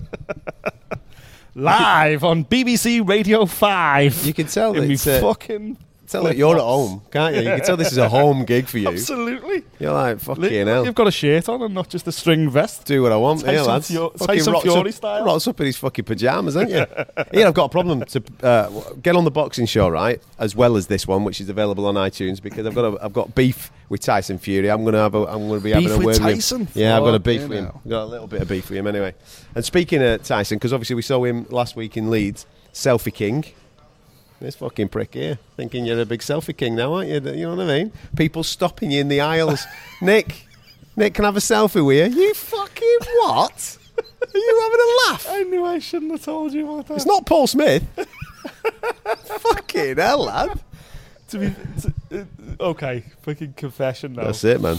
Speaker 4: Live on BBC Radio Five.
Speaker 3: You can tell
Speaker 4: in me
Speaker 3: it's, uh,
Speaker 4: fucking.
Speaker 3: Tell that you're at
Speaker 4: flip-flops.
Speaker 3: home, can't you? You can tell this is a home gig for you.
Speaker 4: Absolutely.
Speaker 3: You're like fucking hell.
Speaker 4: You've got a shirt on and not just a string vest.
Speaker 3: Do what I want,
Speaker 4: Tyson
Speaker 3: here, lads.
Speaker 4: Fio-
Speaker 3: Fucking
Speaker 4: Tyson
Speaker 3: rots
Speaker 4: Fury
Speaker 3: up,
Speaker 4: style.
Speaker 3: Rots up in his fucking pajamas, ain't you? [laughs] Ian, I've got a problem to uh, w- get on the boxing show, right? As well as this one, which is available on iTunes, because I've got a, I've got beef with Tyson Fury. I'm gonna have a, I'm gonna be having
Speaker 4: Beef
Speaker 3: a
Speaker 4: with
Speaker 3: word
Speaker 4: Tyson?
Speaker 3: with him. Yeah, I've got a beef
Speaker 4: Fucking
Speaker 3: with him.
Speaker 4: hell.
Speaker 3: I've got a little bit of beef with him anyway. And speaking of Tyson, because obviously we saw him last week in Leeds, selfie king. This fucking prick here, thinking you're a big selfie king now, aren't you? You know what I mean? People stopping you in the [laughs] aisles. Nick, Nick, can I have a selfie with you? You fucking what? Are you having a laugh?
Speaker 4: I knew I shouldn't have told you about that.
Speaker 3: It's not Paul Smith. [laughs] fucking hell, lad.
Speaker 4: to be to, uh, okay. Fucking confession now.
Speaker 3: That's it, man.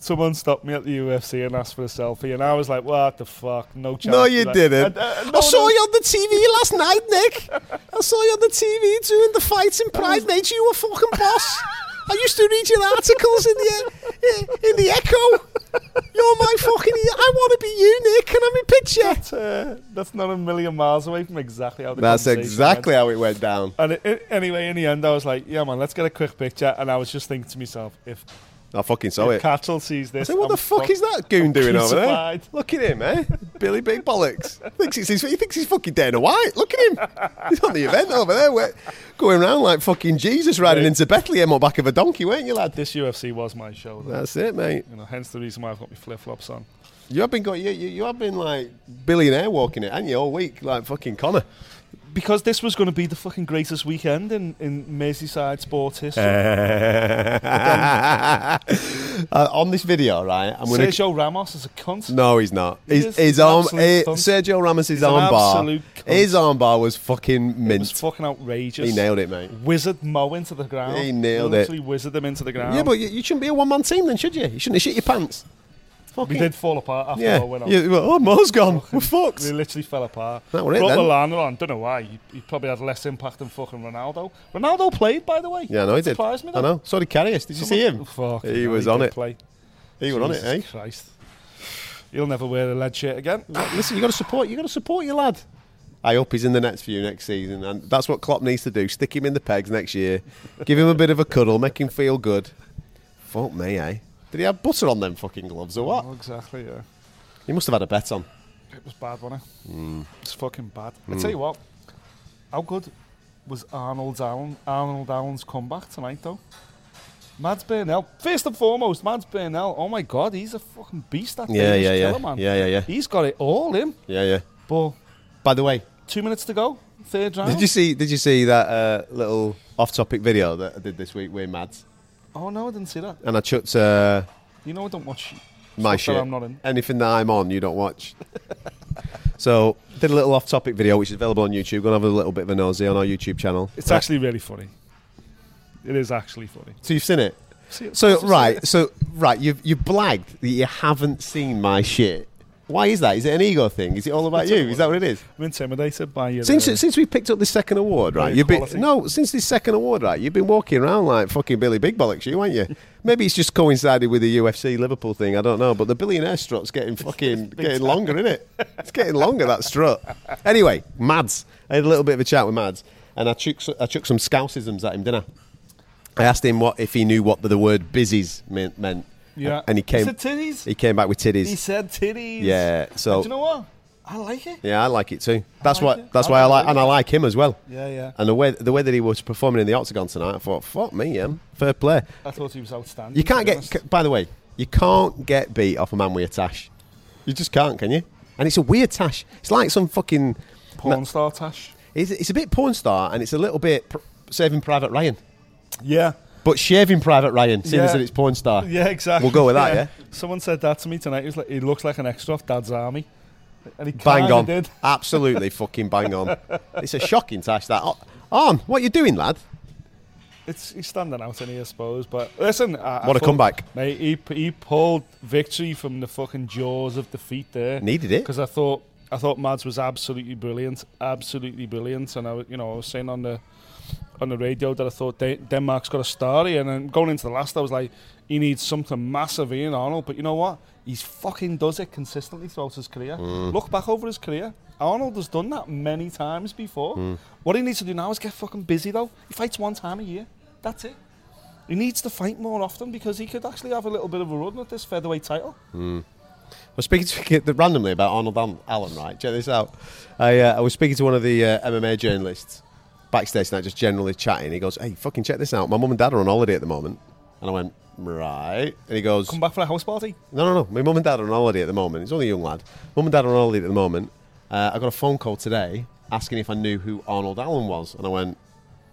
Speaker 4: Someone stopped me at the UFC and asked for a selfie, and I was like, "What the fuck? No chance."
Speaker 3: No, you
Speaker 4: Like,
Speaker 3: didn't.
Speaker 4: I, I-
Speaker 3: I
Speaker 4: uh, no,
Speaker 3: saw
Speaker 4: no.
Speaker 3: you on the TV last night, Nick. I saw you on the TV doing the fights in Pride Nature. You were fucking boss. I used to read your articles eh, in the in the Echo. You're my fucking. e-, I want to be you, Nick. Can I have a picture?
Speaker 4: Uh, that's not a million miles away from exactly how the
Speaker 3: That's
Speaker 4: conversation
Speaker 3: exactly
Speaker 4: went.
Speaker 3: how it went down.
Speaker 4: And it, it- anyway, in the end, I was like, "Yeah, man, let's get a quick picture." And I was just thinking to myself, "If
Speaker 3: I fucking saw it.
Speaker 4: Catchell sees this,
Speaker 3: So what
Speaker 4: I'm
Speaker 3: the fuck
Speaker 4: fucked.
Speaker 3: is that goon doing over there?
Speaker 4: crucified.
Speaker 3: Look at him, eh? Billy Big Bollocks. Thinks he's, he's- he thinks he's fucking Dana White. Look at him. He's on the event over there, where, going around like fucking Jesus riding
Speaker 4: Mate.
Speaker 3: into Bethlehem on back of a donkey, weren't you, lad?
Speaker 4: This UFC was my show. though.
Speaker 3: That's it, mate.
Speaker 4: You know, hence the reason why I've got my flip flops on.
Speaker 3: You have been got you, you, you have been like billionaire walking it, and you all week like fucking
Speaker 4: [laughs]
Speaker 3: Connor.
Speaker 4: Because this was going to be the fucking greatest weekend in, in Merseyside sports history.
Speaker 3: uh, on this video, right? I'm gonna.
Speaker 4: Sergio Ramos is a cunt.
Speaker 3: No, he's not.
Speaker 4: He
Speaker 3: His,
Speaker 4: is
Speaker 3: his
Speaker 4: an
Speaker 3: arm,
Speaker 4: absolute
Speaker 3: eh,
Speaker 4: cunt.
Speaker 3: Sergio Ramos'
Speaker 4: an
Speaker 3: armbar.
Speaker 4: absolute cunt.
Speaker 3: His armbar was fucking
Speaker 4: It
Speaker 3: mint.
Speaker 4: was fucking outrageous.
Speaker 3: He nailed it, mate.
Speaker 4: Wizard Mo into the ground.
Speaker 3: He nailed it.
Speaker 4: Literally wizard him into the ground.
Speaker 3: Yeah, but you, you shouldn't be a one-man team then, should you? You shouldn't have shit your pants. Fucking,
Speaker 4: we did fall apart after
Speaker 3: Yeah.
Speaker 4: Mo went on.
Speaker 3: You- you were, oh, Mo's gone. We're
Speaker 4: We
Speaker 3: fucked.
Speaker 4: literally fell apart.
Speaker 3: That were it
Speaker 4: Brought
Speaker 3: then.
Speaker 4: Lallana on. Don't know why. He, he probably had less impact than fucking Ronaldo. Ronaldo played, by the way.
Speaker 3: Yeah, I know he did.
Speaker 4: Surprised me.
Speaker 3: I know. So did Carrius. Did you see him?
Speaker 4: Fuck.
Speaker 3: He was on it.
Speaker 4: Play.
Speaker 3: He was on it, eh?
Speaker 4: Christ. He'll never wear a lead shirt again.
Speaker 3: Listen, you got to support. You got to support your lad. I hope he's in the nets for you next season, and that's what Klopp needs to do. Stick him in the pegs next year. Give him a bit of a cuddle. Make him feel good. Fuck me, eh? Did he have butter on them fucking gloves or what?
Speaker 4: Oh, exactly. Yeah.
Speaker 3: He must have had a bet on.
Speaker 4: It was bad, wasn't it?
Speaker 3: Mm.
Speaker 4: It's fucking bad. I tell you what, how good was Arnold Down Arnold Allen's comeback tonight though? Mads Burnell, first and foremost, Mads Burnell. Oh my god, he's a fucking beast. That
Speaker 3: Yeah,
Speaker 4: Danish
Speaker 3: yeah, yeah.
Speaker 4: killer, man.
Speaker 3: Yeah, yeah, yeah.
Speaker 4: He's got it all in.
Speaker 3: Yeah, yeah.
Speaker 4: But
Speaker 3: By the way,
Speaker 4: two minutes to go, third round.
Speaker 3: did you see? Did you see that uh, little off-topic video that I did this week with Mads?
Speaker 4: Oh no, I didn't see that.
Speaker 3: And I chucked uh,
Speaker 4: You know I don't watch
Speaker 3: my
Speaker 4: stuff
Speaker 3: shit.
Speaker 4: that I'm not in.
Speaker 3: Anything that I'm on, you don't watch. [laughs] so did a little off-topic video, which is available on YouTube. Go and have a little bit of a nosy on our YouTube channel.
Speaker 4: It's actually really funny. It is actually funny.
Speaker 3: So you've seen it.
Speaker 4: See it-
Speaker 3: So
Speaker 4: I've seen
Speaker 3: right,
Speaker 4: it.
Speaker 3: so right, you've you blagged that you haven't seen my shit. Why is that? Is it an ego thing? Is it all about you? Is that what it is?
Speaker 4: I'm intimidated by your
Speaker 3: Since
Speaker 4: uh,
Speaker 3: since we picked up this second award, right?
Speaker 4: Yeah,
Speaker 3: You've been
Speaker 4: quality.
Speaker 3: no since this second award, right? You've been walking around like fucking Billy Big Bollocks, you,
Speaker 4: [laughs]
Speaker 3: ain't you? Maybe it's just coincided with the UFC Liverpool thing. I don't know, but the billionaire strut's getting fucking getting longer, isn't
Speaker 4: [laughs]
Speaker 3: it? It's getting longer that strut. Anyway, Mads, I had a little bit of a chat with Mads, and I chucked s- I chucked some scousisms at him, didn't I? I asked him what if he knew what the word busies meant, meant.
Speaker 4: Yeah.
Speaker 3: and he came.
Speaker 4: Is it titties?
Speaker 3: He came back with titties.
Speaker 4: He said titties.
Speaker 3: Yeah, so-
Speaker 4: And do you know what? I like it.
Speaker 3: Yeah, I like it too. That's
Speaker 4: like
Speaker 3: why.
Speaker 4: it.
Speaker 3: That's
Speaker 4: I
Speaker 3: why I
Speaker 4: like
Speaker 3: like,
Speaker 4: it.
Speaker 3: and I like him as well.
Speaker 4: Yeah, yeah.
Speaker 3: And the way the way that he was performing in the octagon tonight, I thought, fuck me, yeah, fair play.
Speaker 4: I thought he was outstanding.
Speaker 3: You can't
Speaker 4: to be
Speaker 3: get.
Speaker 4: honest.
Speaker 3: c- By the way, you can't get beat off a man with a tash. You just can't, can you? And it's a weird tash. It's like some fucking.
Speaker 4: porn star Tash.
Speaker 3: It's, it's a bit porn star, and it's a little bit pr- Saving Private Ryan,
Speaker 4: Yeah.
Speaker 3: but Shaving Private Ryan, seeing as
Speaker 4: Yeah.
Speaker 3: that it's porn star.
Speaker 4: Yeah, exactly.
Speaker 3: We'll go with that, yeah.
Speaker 4: Someone said that to me tonight. He, was like, he looks like an extra off Dad's Army. And he
Speaker 3: Bang
Speaker 4: kinda
Speaker 3: on.
Speaker 4: Did. [laughs]
Speaker 3: Absolutely fucking bang on. It's a shocking tash that. Oh, on, what you doing, lad?
Speaker 4: It's, he's standing out in here, I suppose. But listen, I, I
Speaker 3: What a
Speaker 4: thought-
Speaker 3: comeback.
Speaker 4: Mate, he, he pulled victory from the fucking jaws of defeat there.
Speaker 3: Needed it.
Speaker 4: because I thought I thought Mads was absolutely brilliant, absolutely brilliant, and I was- you know I was saying on the on the radio that I thought De- Denmark's got a star here, and then going into the last I was like he needs something massive Ian Arnold, but you know what he's fucking does it consistently throughout his career.
Speaker 3: Mm.
Speaker 4: Look back over his career. Arnold has done that many times before.
Speaker 3: Mm.
Speaker 4: What he needs to do now is get fucking busy though. He fights one time a year. That's it. He needs to fight more often because he could actually have a little bit of a run at this featherweight title.
Speaker 3: I was speaking to [laughs] kid- randomly about Arnold Al- Allen, right? Check this out. I, uh, I was speaking to one of the uh, MMA journalists backstage tonight, just generally chatting. He goes, "Hey, fucking check this out. My mum and dad are on holiday at the moment." And I went, "Right." And he goes,
Speaker 4: Come back for a house party.
Speaker 3: "No, no, no. My mum and dad are on holiday at the moment. He's only a young lad. Mum and dad are on holiday at the moment. Uh, I got a phone call today asking if I knew who Arnold Allen was." And I went,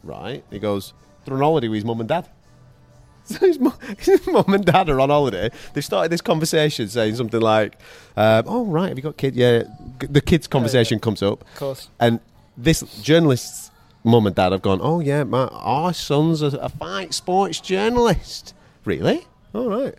Speaker 3: "Right." He goes, "They're on holiday with his mum and dad." [laughs] So his, mum, [laughs] his mum and dad are on holiday. They've started this conversation saying something like, um, "Oh right, have you got kid? Yeah." G- The kids' conversation comes up, of
Speaker 4: course.
Speaker 3: And this journalist's mum and dad have gone, "Oh yeah, my our son's a, a fight sports journalist." Really? All right.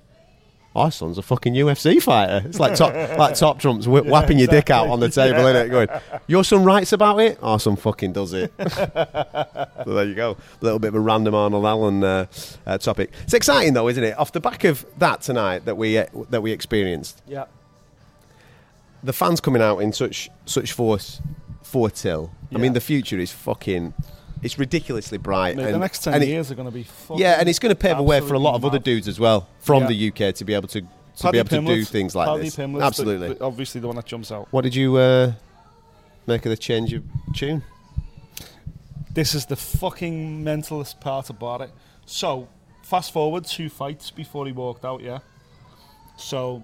Speaker 3: our son's a fucking UFC fighter. It's like top, like top trumps wh- whapping your dick out on the table, innit? Going, your son writes about it. Our son fucking does it. so there you go. A little bit of a random Arnold Allen uh, uh, topic. It's exciting though, isn't it? Off the back of that tonight that we uh, that we experienced,
Speaker 4: Yeah.
Speaker 3: the fans coming out in such such force for Till. I mean,
Speaker 4: Yeah.
Speaker 3: the future is fucking. It's ridiculously bright.
Speaker 4: Mate, the
Speaker 3: and-
Speaker 4: next 10
Speaker 3: and it-
Speaker 4: years are going to be fucking
Speaker 3: yeah, and it's going to pave a way for a lot of
Speaker 4: absolutely
Speaker 3: other
Speaker 4: mad.
Speaker 3: dudes as well from
Speaker 4: Yeah.
Speaker 3: the UK to be able to to
Speaker 4: Paddy
Speaker 3: be able to do
Speaker 4: Pimlet-
Speaker 3: things like
Speaker 4: Paddy
Speaker 3: this.
Speaker 4: Pimlet's the-
Speaker 3: Absolutely.
Speaker 4: the- obviously, the one that jumps out.
Speaker 3: What did you uh, make of the change of tune?
Speaker 4: This is the fucking mentalist part about it. So, fast forward two fights before he walked out, yeah? So,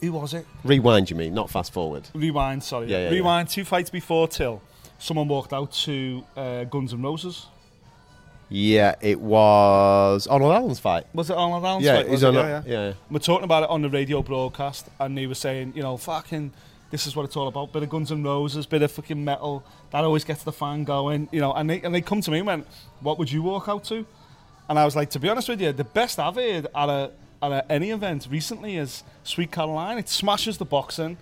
Speaker 4: who was it?
Speaker 3: Rewind, you mean, not fast forward.
Speaker 4: Rewind, sorry.
Speaker 3: Yeah, yeah,
Speaker 4: Rewind, two fights before Till. Someone walked out to uh, Guns N' Roses.
Speaker 3: Yeah, it was Arnold Allen's fight.
Speaker 4: Was it Arnold Allen's
Speaker 3: yeah,
Speaker 4: fight?
Speaker 3: he's
Speaker 4: was it?
Speaker 3: on.
Speaker 4: yeah,
Speaker 3: Yeah,
Speaker 4: yeah. We're talking about it on the radio broadcast, and they were saying, you know, fucking, this is what it's all about. Bit of Guns N' Roses, bit of fucking metal. That always gets the fan going, you know. And they, and they come to me and went, what would you walk out to? And I was like, to be honest with you, the best I've heard at, a, at a, any event recently is Sweet Caroline. It smashes the boxing.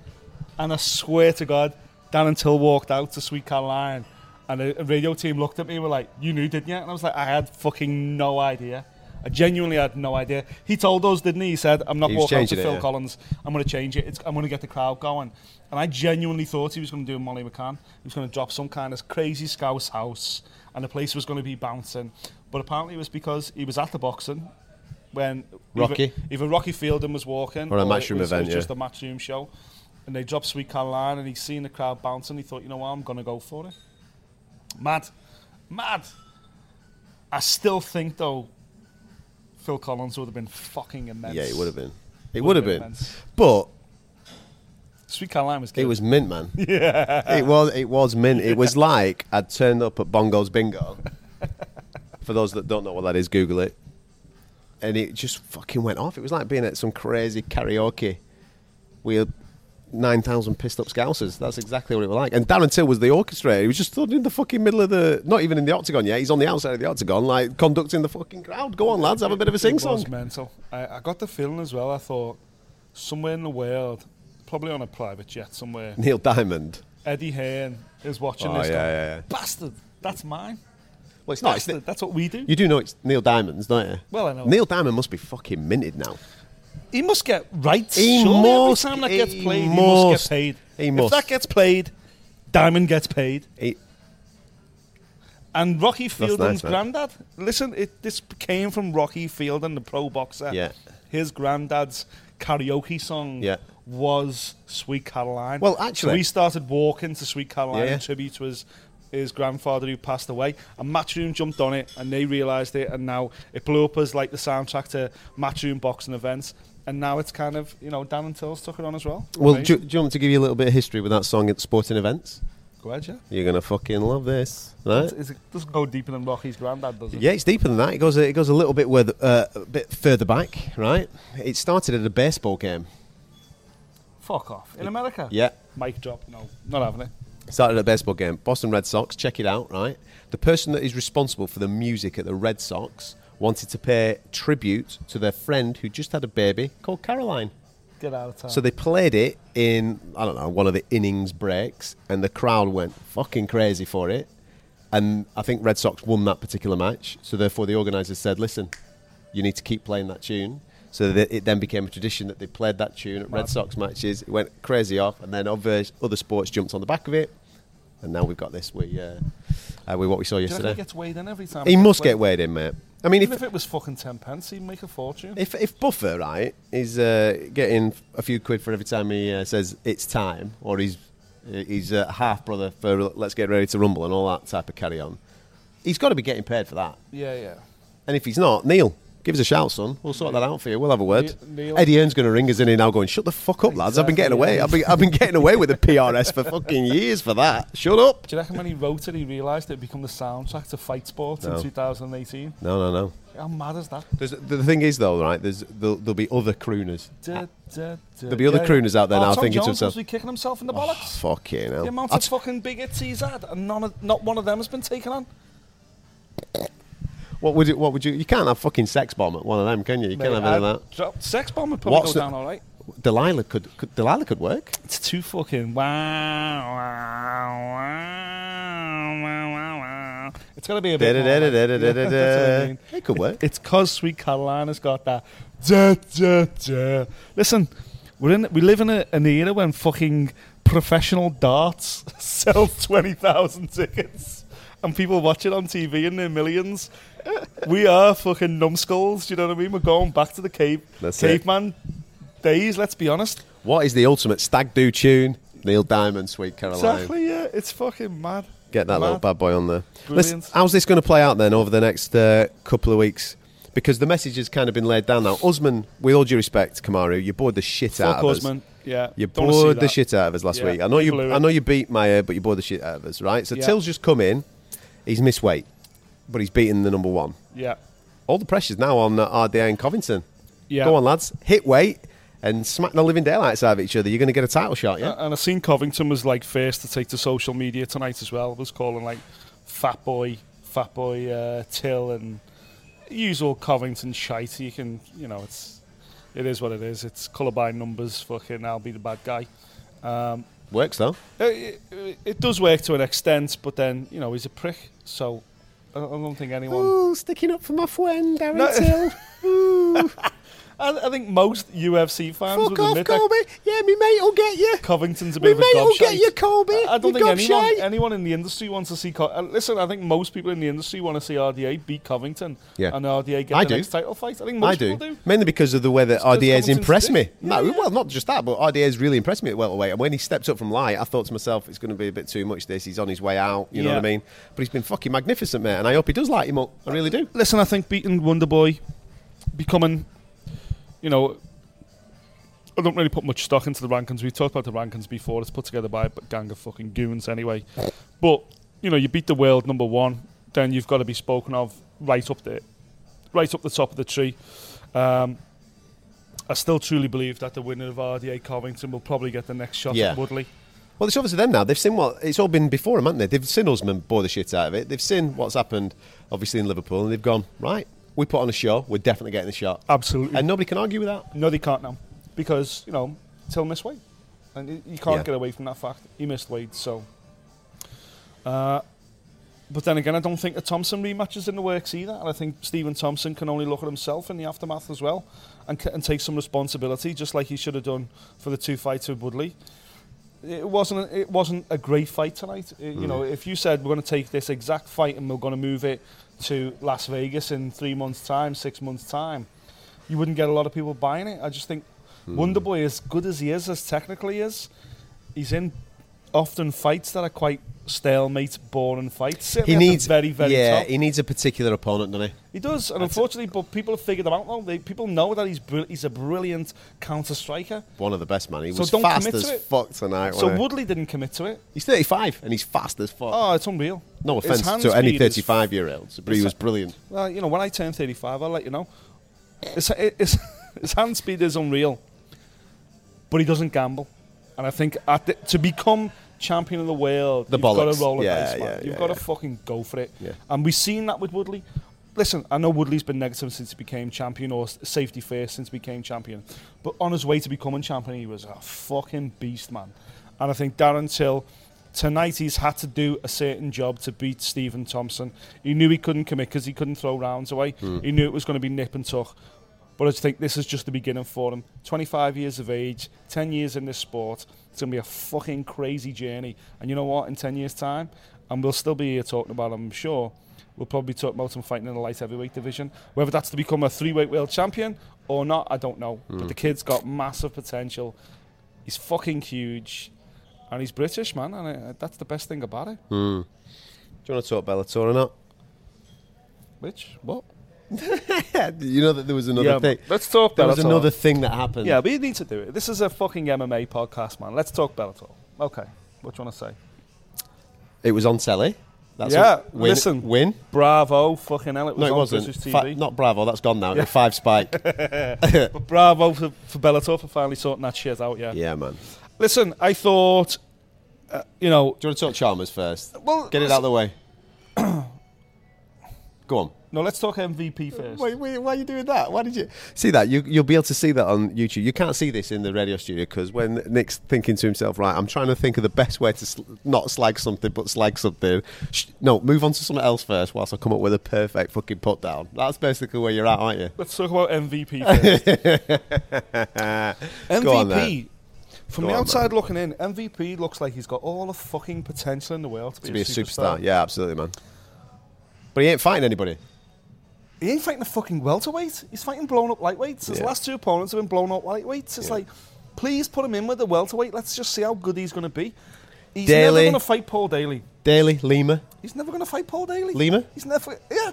Speaker 4: And I swear to God, Dan and Till walked out to Sweet Caroline. And the radio team looked at me and were like, You knew, didn't you? And I was like, I had fucking no idea. I genuinely had no idea. He told us, didn't he? He said, I'm not
Speaker 3: He was
Speaker 4: walking out to
Speaker 3: changing it,
Speaker 4: Phil
Speaker 3: yeah.
Speaker 4: Collins. I'm going to change it. It's, I'm going to get the crowd going. And I genuinely thought he was going to do a Molly McCann. He was going to drop some kind of crazy scouse house and the place was going to be bouncing. But apparently it was because he was at the boxing when
Speaker 3: Rocky.
Speaker 4: Either, either Rocky Fielding was walking
Speaker 3: Or a
Speaker 4: it
Speaker 3: Matchroom
Speaker 4: was-
Speaker 3: event,
Speaker 4: It was
Speaker 3: yeah.
Speaker 4: just a matchroom show, and they dropped Sweet Caroline, and he's seen the crowd bouncing. He thought, you know what, I'm gonna go for it. Mad, mad. I still think though, Phil Collins would have been fucking immense.
Speaker 3: yeah, it would have been. It would have
Speaker 4: been
Speaker 3: been.
Speaker 4: immense.
Speaker 3: But
Speaker 4: Sweet Caroline was. Good.
Speaker 3: it was mint,
Speaker 4: [laughs]
Speaker 3: man. Yeah, it was. It was mint. It was like I'd turned up at Bongo's
Speaker 4: [laughs]
Speaker 3: Bingo. For those that don't know what that is, Google it. And it just fucking went off. It was like being at some crazy karaoke with nine thousand pissed up scousers. That's exactly what it was like. And Darren Till was the orchestrator. He was just stood in the fucking middle of the, not even in the octagon yet. He's on the outside of the octagon, like conducting the fucking crowd. Go on, lads, have a bit of a sing
Speaker 4: It was
Speaker 3: song.
Speaker 4: mental. I, I got the feeling as well. I thought somewhere in the world, probably on a private
Speaker 3: [laughs]
Speaker 4: jet somewhere,
Speaker 3: Neil Diamond.
Speaker 4: Eddie Hearn is watching
Speaker 3: Oh,
Speaker 4: this.
Speaker 3: yeah,
Speaker 4: going,
Speaker 3: yeah, yeah.
Speaker 4: Bastard, that's mine.
Speaker 3: Well, it's not. It's
Speaker 4: Bastard,
Speaker 3: the-
Speaker 4: that's what we do.
Speaker 3: you do know it's Neil Diamond's, don't you?
Speaker 4: Well, I know.
Speaker 3: Neil Diamond must be fucking minted now.
Speaker 4: He must get rights.
Speaker 3: He
Speaker 4: surely
Speaker 3: must-
Speaker 4: every time that
Speaker 3: he
Speaker 4: gets played, he
Speaker 3: must.
Speaker 4: must get paid.
Speaker 3: He must.
Speaker 4: If that gets played, Diamond gets paid.
Speaker 3: He-
Speaker 4: And Rocky Fielding's
Speaker 3: nice, man.
Speaker 4: granddad. Listen, it, this came from Rocky Fielding, the pro boxer.
Speaker 3: Yeah.
Speaker 4: His granddad's karaoke song
Speaker 3: Yeah.
Speaker 4: was Sweet Caroline.
Speaker 3: Well,
Speaker 4: so
Speaker 3: actually-
Speaker 4: he started walking to Sweet Caroline
Speaker 3: Yeah.
Speaker 4: in tribute to his his grandfather who passed away. And Matchroom jumped on it, and they realised it, and now it blew up as like the soundtrack to Matchroom boxing events. And now it's kind of you know Dan and Tills took it on as well.
Speaker 3: Well, do,
Speaker 4: Amazing.
Speaker 3: you- do you want me to give you a little bit of history with that song at sporting events?
Speaker 4: go ahead, yeah.
Speaker 3: You're gonna fucking love this, right?
Speaker 4: It's- It doesn't go deeper than Rocky's granddad, does it?
Speaker 3: Yeah, it's deeper than that. It goes it goes a little bit where uh, a bit further back, right? It started at a baseball game.
Speaker 4: Fuck off. In America?
Speaker 3: Yeah,
Speaker 4: Mic drop. No, not having it.
Speaker 3: started at a baseball game. Boston Red Sox. Check it out, right? The person that is responsible for the music at the Red Sox wanted to pay tribute to their friend who just had a baby called Caroline.
Speaker 4: Get out of town.
Speaker 3: So they played it in I don't know one of the innings breaks, and the crowd went fucking crazy for it. And I think Red Sox won that particular match, so therefore the organisers said, "Listen, you need to keep playing that tune." So that it then became a tradition that they played that tune at Red Sox matches. It went crazy off, and then other other sports jumped on the back of it, and now we've got this. We uh, uh, with what we saw
Speaker 4: Do you reckon he
Speaker 3: yesterday.
Speaker 4: gets weighed in every time?
Speaker 3: He
Speaker 4: gets
Speaker 3: must get weighed in, mate. I mean, if,
Speaker 4: Even if it was fucking ten pence, he'd make a fortune.
Speaker 3: If if Buffer right is uh, getting a few quid for every time he uh, says it's time, or he's uh, he's a half brother for let's get ready to rumble and all that type of carry on, he's got to be getting paid for that.
Speaker 4: yeah, yeah.
Speaker 3: And if he's not, Neil, give us a shout, son. We'll sort that out for you. We'll have a word.
Speaker 4: Ne- Neil-
Speaker 3: Eddie Earn's going to ring us in here now, going, "Shut the fuck up, lads! I've been getting
Speaker 4: Exactly,
Speaker 3: away.
Speaker 4: yeah.
Speaker 3: I've been I've been getting away with the PRS for fucking years for that. Shut up."
Speaker 4: Do you reckon when he wrote it, he realised it'd become the soundtrack to Fight Sports
Speaker 3: No.
Speaker 4: in 2018?
Speaker 3: No, no, no.
Speaker 4: How mad is that?
Speaker 3: There's, the thing is, though, right? There's there'll, there'll be other crooners.
Speaker 4: Da, da, da,
Speaker 3: There'll be other crooners out there
Speaker 4: oh,
Speaker 3: now
Speaker 4: Tom
Speaker 3: thinking to "Oh,
Speaker 4: Jones
Speaker 3: himself-
Speaker 4: must be kicking himself in the bollocks.
Speaker 3: Fucking hell!
Speaker 4: the amount
Speaker 3: I
Speaker 4: of fucking bigots he's had, and none of, not one of them has been taken on.
Speaker 3: What would it? What would you? You can't have fucking sex bomb at one of them, can you? You can't have any of that.
Speaker 4: Sex bomb would probably
Speaker 3: What's the-
Speaker 4: go down all right.
Speaker 3: Delilah could, could. Delilah could work.
Speaker 4: It's too fucking wow, wow, wow, wow, wow, wow. It's got to be a bit. more like- [laughs] Yeah, that's what I mean.
Speaker 3: It could work.
Speaker 4: It's cause Sweet Carolina's got that. Da, da, da. Listen, we're in. We live in a, an era when fucking professional darts [laughs] sell twenty thousand tickets, and people watch it on TV in their millions. we are fucking numbskulls. Do you know what I mean? We're going back to the cave
Speaker 3: That's it.
Speaker 4: caveman days. Let's be honest.
Speaker 3: What is the ultimate stag do tune? Neil Diamond, Sweet Caroline.
Speaker 4: Exactly, yeah. It's fucking mad.
Speaker 3: Get that
Speaker 4: mad.
Speaker 3: little bad boy on there. Listen,
Speaker 4: Brilliant.
Speaker 3: how's this going to play out then over the next uh, couple of weeks? Because the message has kind of been laid down now. Usman, with all due respect, Kamaru, you bored the shit out
Speaker 4: Fuck
Speaker 3: of
Speaker 4: Usman.
Speaker 3: us.
Speaker 4: Yeah.
Speaker 3: You
Speaker 4: don't wanna see
Speaker 3: bored the
Speaker 4: that.
Speaker 3: shit out of us last
Speaker 4: Yeah,
Speaker 3: week. I know
Speaker 4: we
Speaker 3: you.
Speaker 4: blew it.
Speaker 3: I know you beat Maya, but you bored the shit out of us, right? So
Speaker 4: Yeah.
Speaker 3: Till's just come in. He's missed weight, but he's beaten the number one.
Speaker 4: Yeah.
Speaker 3: All the pressure's now on uh, RDA and Covington.
Speaker 4: Yeah.
Speaker 3: Go on, lads. Hit weight and smack the living daylights out of each other. You're going to get a title shot, yeah?
Speaker 4: A- And I seen Covington was like first to take to social media tonight as well. Was calling like Fat Boy, Fat Boy uh, Till, and usual Covington shite. You can, you know, it's it is what it is. It's colour by numbers. Fucking, I'll be the bad guy. Um,
Speaker 3: Works, though.
Speaker 4: It, it, it does work to an extent, but then you know he's a prick. So I don't I don't think anyone.
Speaker 3: Ooh, sticking up for my friend, Darren
Speaker 4: um, No. [laughs]
Speaker 3: Till. Ooh,
Speaker 4: I, I think most UFC fans would
Speaker 3: fuck off,
Speaker 4: admit that
Speaker 3: Colby. Yeah, me mate will get you.
Speaker 4: Covington's a
Speaker 3: Me
Speaker 4: bit
Speaker 3: mate
Speaker 4: of a
Speaker 3: will
Speaker 4: gobshite.
Speaker 3: get you, Colby.
Speaker 4: I don't
Speaker 3: you
Speaker 4: think anyone,
Speaker 3: gobshite.
Speaker 4: anyone in the industry wants to see. Co- uh, listen, I think most people in the industry want to see RDA beat Covington.
Speaker 3: Yeah.
Speaker 4: And RDA get
Speaker 3: I
Speaker 4: the
Speaker 3: do.
Speaker 4: next title fight. I think most
Speaker 3: I do.
Speaker 4: people do.
Speaker 3: Mainly because of the way that RDA's
Speaker 4: Covington's
Speaker 3: impressed me.
Speaker 4: dick.
Speaker 3: no,
Speaker 4: Yeah,
Speaker 3: well, not just that, but RDA's really impressed me at welterweight. And when he stepped up from light, I thought to myself, it's going to be a bit too much this. He's on his way out, you know
Speaker 4: Yeah.
Speaker 3: what I mean? But he's been fucking magnificent, mate. And I hope he does light him up. I really do.
Speaker 4: Listen, I think beating Wonderboy, becoming, you know, I don't really put much stock into the rankings. We talked about the rankings before. It's put together by a gang of fucking goons anyway. But, you know, you beat the world number one, then you've got to be spoken of right up there, right up the top of the tree. Um, I still truly believe that the winner of RDA Covington will probably get the next shot
Speaker 3: Yeah.
Speaker 4: at Woodley.
Speaker 3: Well, it's over to them now. They've seen what it's all been before them, haven't they? They've seen Usman bore the shit out of it. They've seen what's happened, obviously in Liverpool, and they've gone right. We put on a show. We're definitely getting the shot,
Speaker 4: Absolutely.
Speaker 3: and nobody can argue with that.
Speaker 4: No, they can't now because you know Till missed weight, and y- you can't
Speaker 3: Yeah.
Speaker 4: get away from that fact. He missed weight, so. Uh, but then again, I don't think the Thompson rematch is in the works either, and I think Stephen Thompson can only look at himself in the aftermath as well, and, c- and take some responsibility, just like he should have done for the two fights with Woodley. It wasn't. It wasn't a great fight tonight. I- You
Speaker 3: Mm.
Speaker 4: know, if you said we're going to take this exact fight and we're going to move it to Las Vegas in three months' time, six months' time, you wouldn't get a lot of people buying it. I just think
Speaker 3: Hmm.
Speaker 4: Wonderboy, as good as he is, as technically is, he's in often fights that are quite stalemate, boring fights.
Speaker 3: He
Speaker 4: Certainly at the
Speaker 3: needs
Speaker 4: very, very
Speaker 3: yeah.
Speaker 4: top.
Speaker 3: He needs a particular opponent, doesn't he?
Speaker 4: He does, and unfortunately, but people have figured him out now. They, people know that he's br- he's a brilliant counter striker.
Speaker 3: One of the best, man. He
Speaker 4: So
Speaker 3: was
Speaker 4: don't
Speaker 3: fast
Speaker 4: commit
Speaker 3: as
Speaker 4: to it.
Speaker 3: fuck tonight.
Speaker 4: So
Speaker 3: wasn't he?
Speaker 4: Woodley didn't commit to it.
Speaker 3: he's 35 and he's fast as fuck.
Speaker 4: Oh, it's unreal.
Speaker 3: no
Speaker 4: His
Speaker 3: offense
Speaker 4: hand
Speaker 3: to any
Speaker 4: speed is
Speaker 3: 35 year olds, but he
Speaker 4: His-
Speaker 3: was brilliant.
Speaker 4: Well, you know, when I turn 35, I'll let you know. His, [laughs] his, his hand speed is unreal, but he doesn't gamble. And I think at the, to become champion of the world,
Speaker 3: The
Speaker 4: you've got
Speaker 3: bollocks.
Speaker 4: to roll a
Speaker 3: Yeah,
Speaker 4: dice, man.
Speaker 3: yeah,
Speaker 4: you've
Speaker 3: yeah,
Speaker 4: got
Speaker 3: yeah.
Speaker 4: to fucking go for it.
Speaker 3: Yeah.
Speaker 4: And we've seen that with Woodley. Listen, I know Woodley's been negative since he became champion, or s- safety first since he became champion. But on his way to becoming champion, he was a fucking beast, man. And I think Darren Till, tonight he's had to do a certain job to beat Stephen Thompson. He knew he couldn't commit because he couldn't throw rounds away.
Speaker 3: Hmm.
Speaker 4: He knew it was going to be nip and tuck. But I just think this is just the beginning for him. 25 years of age, 10 years in this sport. It's going to be a fucking crazy journey. And you know what? In 10 years' time, and we'll still be here talking about him, I'm sure. We'll probably talk about him fighting in the light heavyweight division. Whether that's to become a three weight world champion or not, I don't know.
Speaker 3: Hmm.
Speaker 4: But the kid's got massive potential. He's fucking huge. And he's British, man. And uh, that's the best thing about it.
Speaker 3: Hmm. Do you want to talk Bellator or not?
Speaker 4: Which? What?
Speaker 3: Yeah, [laughs] you know that there was another
Speaker 4: Yeah,
Speaker 3: thing.
Speaker 4: let's talk
Speaker 3: There was
Speaker 4: Bellator.
Speaker 3: another thing that happened.
Speaker 4: Yeah, we need to do it. This is a fucking MMA podcast, man. Let's talk Bellator. Okay. What do you want to say?
Speaker 3: it was on telly. That's
Speaker 4: Yeah,
Speaker 3: what- win,
Speaker 4: listen.
Speaker 3: win.
Speaker 4: Bravo, fucking hell, it was
Speaker 3: No, it
Speaker 4: on
Speaker 3: wasn't.
Speaker 4: British
Speaker 3: Fi-
Speaker 4: TV.
Speaker 3: not Bravo. That's gone now. It was [laughs] Five Spike.
Speaker 4: [laughs] But bravo for, for Bellator for finally sorting that shit out, yeah.
Speaker 3: yeah, man.
Speaker 4: Listen, I thought, uh, you know, [clears throat]
Speaker 3: Do you want to talk Chalmers first?
Speaker 4: Well,
Speaker 3: Get it out of the way. Go on.
Speaker 4: No, let's talk MVP first.
Speaker 3: Wait, wait, why are you doing that? Why did you see that? You, you'll be able to see that on YouTube. You can't see this in the radio studio because when Nick's thinking to himself, right, I'm trying to think of the best way to sl- not slag something, but slag something. Sh- no, move on to something else first, whilst I come up with a perfect fucking put down. That's basically where you're at, aren't you?
Speaker 4: Let's talk about [laughs] MVP first.
Speaker 3: Uh,
Speaker 4: MVP.
Speaker 3: Go on then.
Speaker 4: From
Speaker 3: Go
Speaker 4: the
Speaker 3: on
Speaker 4: outside looking in, MVP looks like he's got all the fucking potential in the world to be,
Speaker 3: To be a superstar. Yeah, absolutely, man. But he ain't fighting anybody.
Speaker 4: He ain't fighting a fucking welterweight. He's fighting blown up lightweights. His
Speaker 3: Yeah.
Speaker 4: last two opponents have been blown up lightweights. It's
Speaker 3: Yeah.
Speaker 4: like, please put him in with the welterweight. Let's just see how good he's going to be. He's
Speaker 3: Daly.
Speaker 4: never going to fight Paul Daly.
Speaker 3: Daly, Lima.
Speaker 4: He's never going to fight Paul Daly.
Speaker 3: Lima?
Speaker 4: He's never. Yeah.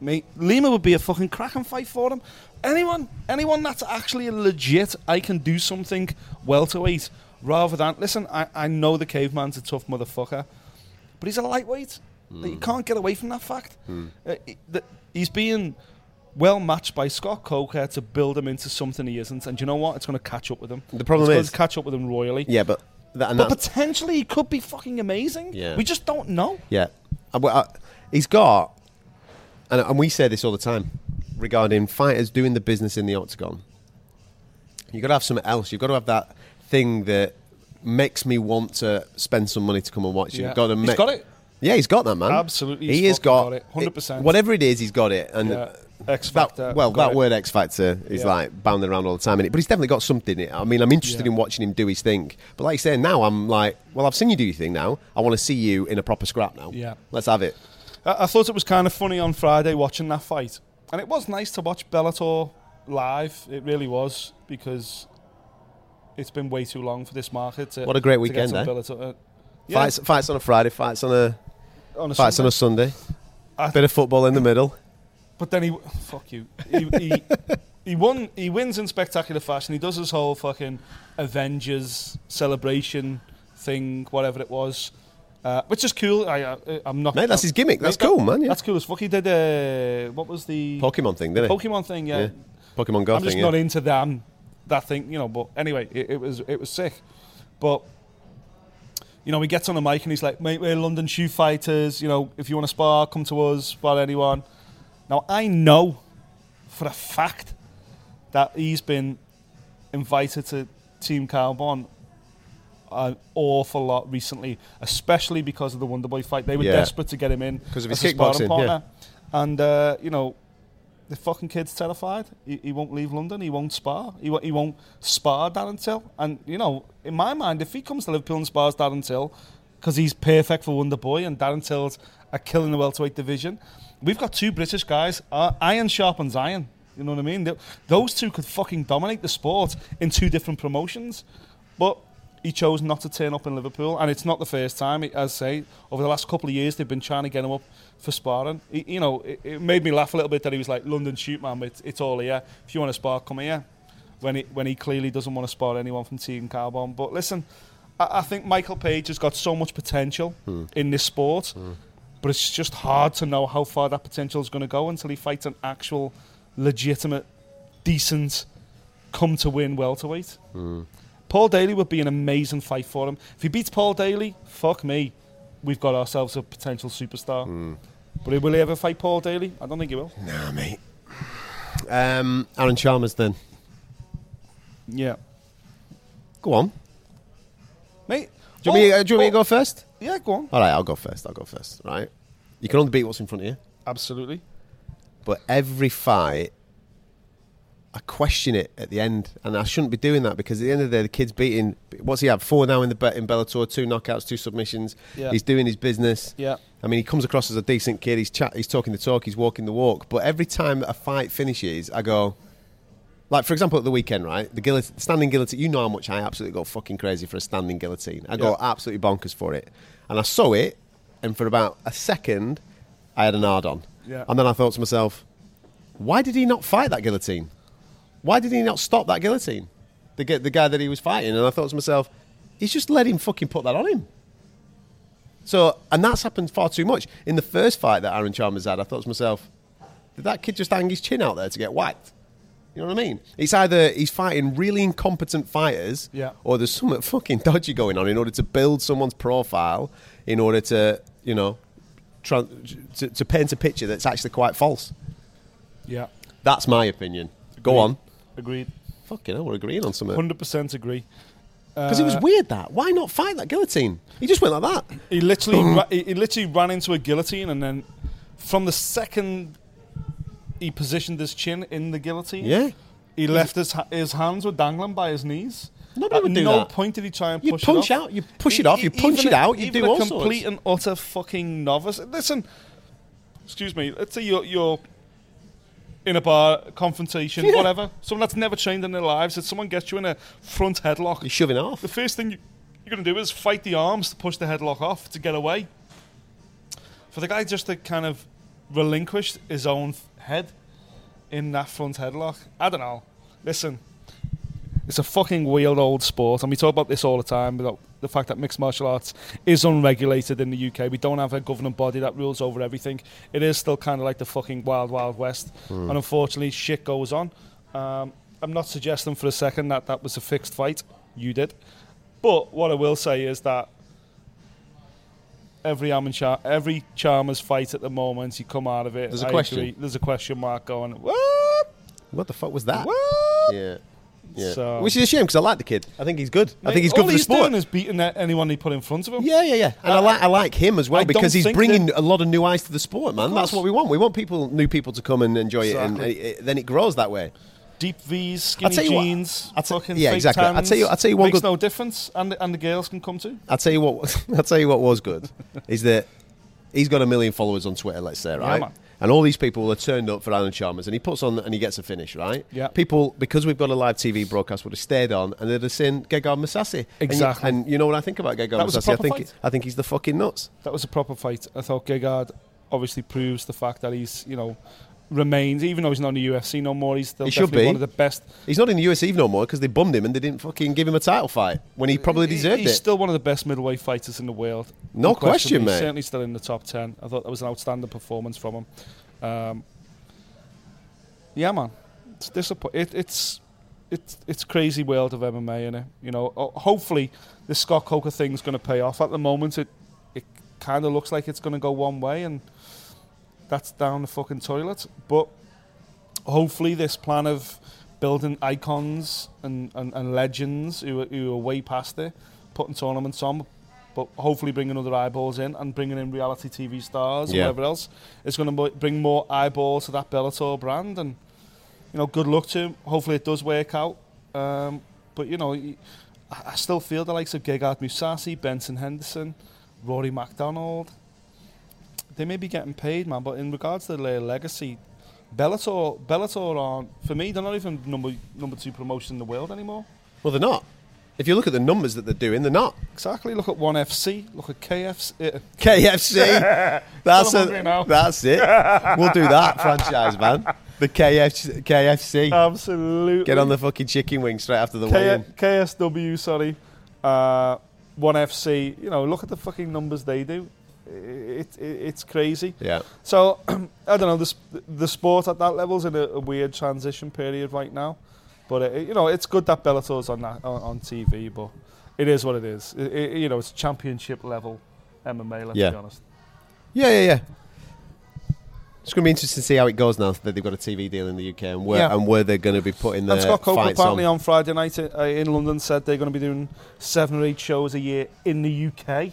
Speaker 4: Mate, Lima would be a fucking cracking fight for him. Anyone, anyone that's actually a legit, I can do something welterweight rather than. Listen, I, I know the caveman's a tough motherfucker, but he's a lightweight.
Speaker 3: Hmm.
Speaker 4: Like, you can't get away from that fact. Uh, he- the- he's being well matched by Scott Coker to build him into something he isn't. And you know what? It's going to catch up with him.
Speaker 3: The problem
Speaker 4: it's
Speaker 3: is-
Speaker 4: to catch up with him royally.
Speaker 3: Yeah, but that, and
Speaker 4: But
Speaker 3: that-
Speaker 4: potentially, he could be fucking amazing.
Speaker 3: Yeah.
Speaker 4: We just don't know.
Speaker 3: Yeah. Uh, well, uh, he's got, and, and we say this all the time regarding fighters doing the business in the octagon. You've got to have something else. You've got to have that thing that makes me want to spend some money to come and watch.
Speaker 4: Yeah.
Speaker 3: You've got to
Speaker 4: He's
Speaker 3: make-
Speaker 4: got it.
Speaker 3: Yeah, he's got that, man.
Speaker 4: Absolutely,
Speaker 3: He
Speaker 4: he's
Speaker 3: has
Speaker 4: fucking
Speaker 3: got,
Speaker 4: got it. 100%.
Speaker 3: Whatever it is, he's got it. And
Speaker 4: Yeah. X
Speaker 3: that-
Speaker 4: Factor,
Speaker 3: well,
Speaker 4: got
Speaker 3: that
Speaker 4: it.
Speaker 3: word X Factor is
Speaker 4: Yeah.
Speaker 3: like bounding around all the time, innit? but he's definitely got something. in it. I mean, I'm interested
Speaker 4: Yeah.
Speaker 3: in watching him do his thing. But like you say, now I'm like, well, I've seen you do your thing now. I want to see you in a proper scrap now.
Speaker 4: Yeah.
Speaker 3: Let's have it.
Speaker 4: I, I thought it was kind of funny on Friday watching that fight, and it was nice to watch Bellator live. It really was because it's been way too long for this market. To,
Speaker 3: What a great
Speaker 4: to get
Speaker 3: weekend,
Speaker 4: some
Speaker 3: eh?
Speaker 4: Bellator. uh, yeah,
Speaker 3: Fights, fights on a Friday, fights on a
Speaker 4: on a
Speaker 3: fights
Speaker 4: Sunday.
Speaker 3: on a Sunday.
Speaker 4: I-
Speaker 3: Bit of football in the middle.
Speaker 4: But then he fuck you. He,
Speaker 3: [laughs]
Speaker 4: he, he won. He wins in spectacular fashion. He does his whole fucking Avengers celebration thing, whatever it was, uh, which is cool. I, I I'm not.
Speaker 3: Mate, that's his gimmick. That's
Speaker 4: Mate, that-
Speaker 3: cool, man. Yeah.
Speaker 4: That's cool as fuck. He did. Uh, what was the
Speaker 3: Pokemon thing, didn't it?
Speaker 4: Pokemon thing?
Speaker 3: Yeah.
Speaker 4: yeah.
Speaker 3: Pokemon Go
Speaker 4: I'm just
Speaker 3: thing.
Speaker 4: not
Speaker 3: yeah.
Speaker 4: into them that thing, you know. But anyway, it, it was it was sick. But you know, he gets on the mic and he's like, "Mate, we're London shoe fighters. You know, if you want to spar, come to us. Spar anyone." Now I know for a fact that he's been invited to Team Carbon an awful lot recently, especially because of the Wonderboy fight. They were
Speaker 3: Yeah.
Speaker 4: desperate to get him in
Speaker 3: 'Cause of his
Speaker 4: as a sparring
Speaker 3: kickboxing,
Speaker 4: partner. and uh, you know the fucking kid's terrified. He, he won't leave London. He won't spar. He, won't- he won't spar Darren Till. And, you know, in my mind, if he comes to Liverpool and spars Darren Till, because he's perfect for Wonder Boy and Darren Till's are killing the welterweight division, we've got two British guys, uh, iron sharpens iron. You know what I mean? Th- Those two could fucking dominate the sport in two different promotions. But he chose not to turn up in Liverpool, and it's not the first time. As I say, over the last couple of years, they've been trying to get him up for sparring. He, you know, it, it made me laugh a little bit that he was like, "London shoot, man. It's, it's all here. If you want to spar, come here." When he when he clearly doesn't want to spar anyone from Team Carbon. But listen, I, I think Michael Page has got so much potential in this sport, but it's just hard to know how far that potential is going to go until he fights an actual, legitimate, decent, come to win welterweight. Paul Daly would be an amazing fight for him. If he beats Paul Daly, fuck me, we've got ourselves a potential superstar.
Speaker 3: Hmm.
Speaker 4: But will he ever fight Paul Daly? I don't think he will.
Speaker 3: Nah, mate. Um, Aaron Chalmers then.
Speaker 4: Yeah,
Speaker 3: Go on.
Speaker 4: mate.
Speaker 3: Do you, want
Speaker 4: Oh,
Speaker 3: me, uh, do you want me to go first?
Speaker 4: go? Yeah, go on.
Speaker 3: All right, I'll go first. I'll go first. Right. You can only beat what's in front of you.
Speaker 4: Absolutely.
Speaker 3: But every fight, I question it at the end, and I shouldn't be doing that because at the end of the day, the kid's beating. What's he had? Four now in the be- in Bellator, two knockouts, two submissions.
Speaker 4: Yeah.
Speaker 3: He's doing his business.
Speaker 4: Yeah.
Speaker 3: I mean, he comes across as a decent kid. He's chat. He's talking the talk. He's walking the walk. But every time that a fight finishes, I go. Like for example, at the weekend, right? The guillotine, standing guillotine. You know how much I absolutely go fucking crazy for a standing guillotine. I go
Speaker 4: Yeah.
Speaker 3: absolutely bonkers for it, and I saw it, and for about a second, I had an hard on,
Speaker 4: Yeah.
Speaker 3: and then I thought to myself, why did he not fight that guillotine? Why did he not stop that guillotine? The, gu- the guy that he was fighting. And I thought to myself, he's just let him fucking put that on him. So, and that's happened far too much. In the first fight that Aaron Chalmers had, I thought to myself, did that kid just hang his chin out there to get whacked? You know what I mean? It's either he's fighting really incompetent fighters,
Speaker 4: Yeah.
Speaker 3: or there's something [laughs] fucking dodgy going on in order to build someone's profile, in order to, you know, tran- to, to paint a picture that's actually quite false.
Speaker 4: Yeah,
Speaker 3: That's my opinion. Go on.
Speaker 4: agreed.
Speaker 3: Fucking hell, we're agreeing on something.
Speaker 4: Hundred percent agree.
Speaker 3: Because
Speaker 4: Uh,
Speaker 3: it was weird that. Why not fight that guillotine? He just went like that.
Speaker 4: He literally,
Speaker 3: Hmm.
Speaker 4: ra- he, he literally ran into a guillotine, and then from the second he positioned his chin in the guillotine,
Speaker 3: Yeah.
Speaker 4: he left his ha- his hands were dangling by his knees.
Speaker 3: Nobody
Speaker 4: At
Speaker 3: would do
Speaker 4: no
Speaker 3: that.
Speaker 4: point did he try and
Speaker 3: You
Speaker 4: push
Speaker 3: punch
Speaker 4: it off.
Speaker 3: out, you push it off, you punch
Speaker 4: E- even
Speaker 3: it
Speaker 4: a-
Speaker 3: out, you
Speaker 4: even
Speaker 3: do
Speaker 4: a
Speaker 3: all sorts.
Speaker 4: complete and utter fucking novice. Listen, excuse me. Let's say you're you're in a bar confrontation,
Speaker 3: Yeah.
Speaker 4: whatever. Someone that's never trained in their lives. If someone gets you in a front headlock,
Speaker 3: You're shoving it off.
Speaker 4: the first thing you, you're going to do is fight the arms to push the headlock off to get away. For the guy just to kind of relinquish his own f- head in that front headlock, I don't know. Listen, it's a fucking weird old sport, and we talk about this all the time about the fact that mixed martial arts is unregulated in the UK. We don't have a governing body that rules over everything. It is still kind of like the fucking wild, wild west,
Speaker 3: Hmm.
Speaker 4: and unfortunately, shit goes on. Um, I'm not suggesting for a second that that was a fixed fight. You did, but what I will say is that every Armin Char- every Chalmers fight at the moment, you come out of it.
Speaker 3: There's a
Speaker 4: I
Speaker 3: question.
Speaker 4: agree, There's a question mark going. What?
Speaker 3: What the fuck was that?
Speaker 4: What?
Speaker 3: Yeah. Yeah.
Speaker 4: So-
Speaker 3: Which is a shame because I like the kid. I think he's good. I think he's good
Speaker 4: All
Speaker 3: for the
Speaker 4: he's
Speaker 3: sport.
Speaker 4: doing is beating a- anyone he put in front of him.
Speaker 3: yeah, yeah, yeah. And I, like I like him as well
Speaker 4: I don't
Speaker 3: because he's
Speaker 4: think
Speaker 3: bringing a lot of new eyes to the sport, man. That's
Speaker 4: course.
Speaker 3: what we want. We want people, new people, to come and enjoy it,
Speaker 4: Exactly.
Speaker 3: and uh, it, then it grows that way.
Speaker 4: Deep V's,
Speaker 3: I'll
Speaker 4: skinny
Speaker 3: tell you what,
Speaker 4: jeans,
Speaker 3: I'll tell-
Speaker 4: fucking
Speaker 3: yeah,
Speaker 4: fake
Speaker 3: exactly. I'll
Speaker 4: Tans.
Speaker 3: tell you- I'll tell you one
Speaker 4: Makes
Speaker 3: good-
Speaker 4: no difference, and and the girls can come too.
Speaker 3: I'll tell you what. [laughs] I'll tell you what was good is that he's got a million followers on Twitter. Let's say right.
Speaker 4: man.
Speaker 3: and all these people are turned up for Alan Chalmers, and he puts on and he gets a finish, right?
Speaker 4: Yeah.
Speaker 3: People, because we've got a live TV broadcast, would have stayed on and they'd have seen Gegard Mousasi.
Speaker 4: Exactly.
Speaker 3: And you, know what I think about Gegard
Speaker 4: That was a
Speaker 3: Mousasi? I
Speaker 4: proper
Speaker 3: think
Speaker 4: fight.
Speaker 3: I think he's the fucking nuts.
Speaker 4: That was a proper fight. I thought Gegard obviously proves the fact that he's you know remains, even though he's not in the UFC no more. He's still
Speaker 3: He should
Speaker 4: definitely
Speaker 3: be.
Speaker 4: one of the best.
Speaker 3: He's not in the UFC no more because they bummed him and they didn't fucking give him a title fight when he probably
Speaker 4: He-
Speaker 3: deserved
Speaker 4: he's
Speaker 3: it.
Speaker 4: still one of the best middleweight fighters in the world.
Speaker 3: No question,
Speaker 4: He's
Speaker 3: mate.
Speaker 4: Certainly still in the top ten. I thought that was an outstanding performance from him. Um, yeah, man, it's disappointing. It, it's it's it's crazy world of MMA, innit? You know, Ho- hopefully this Scott Coker thing's going to pay off. At the moment, it it kind of looks like it's going to go one way, and that's down the fucking toilet. But hopefully this plan of building icons and, and, and legends who are, who are way past it, putting tournaments on, but hopefully bringing other eyeballs in and bringing in reality TV stars and
Speaker 3: Yeah.
Speaker 4: whatever else, is going to bring more eyeballs to that Bellator brand. And, you know, good luck to him. Hopefully it does work out. Um, but, you know, y- I I still feel the likes of Gegard Mousasi, Benson Henderson, Rory MacDonald, they may be getting paid, man, but in regards to their legacy, Bellator, Bellator aren't for me. They're not even number number two promotion in the world anymore.
Speaker 3: well, they're not. If you look at the numbers that they're doing, they're not.
Speaker 4: Exactly. Look at One FC. Look at [laughs] KFC. Uh, [laughs]
Speaker 3: KFC. That's
Speaker 4: Well, I'm
Speaker 3: it.
Speaker 4: hungry now.
Speaker 3: That's it. We'll do that franchise, man. The KFC. KFC.
Speaker 4: Absolutely.
Speaker 3: Get on the fucking chicken wing straight after the
Speaker 4: Uh, K-
Speaker 3: weigh-in.
Speaker 4: KSW. Sorry, uh, One FC. You know, look at the fucking numbers they do. It, it, it's crazy.
Speaker 3: Yeah.
Speaker 4: So [clears throat] I don't know. The, sp- the sport at that level's in a, a weird transition period right now, but it, you know it's good that Bellator's on that, on, on TV, but it is what it is. It, it, you know, it's championship level MMA. Let's
Speaker 3: Yeah.
Speaker 4: be honest.
Speaker 3: Yeah, yeah, yeah. It's going to be interesting to see how it goes now that they've got a TV deal in the UK and where
Speaker 4: Yeah.
Speaker 3: and where they're going to be putting their
Speaker 4: and Scott Coker
Speaker 3: fights
Speaker 4: apparently
Speaker 3: on.
Speaker 4: on. Friday night uh, in London said they're going to be doing seven or eight shows a year in the UK.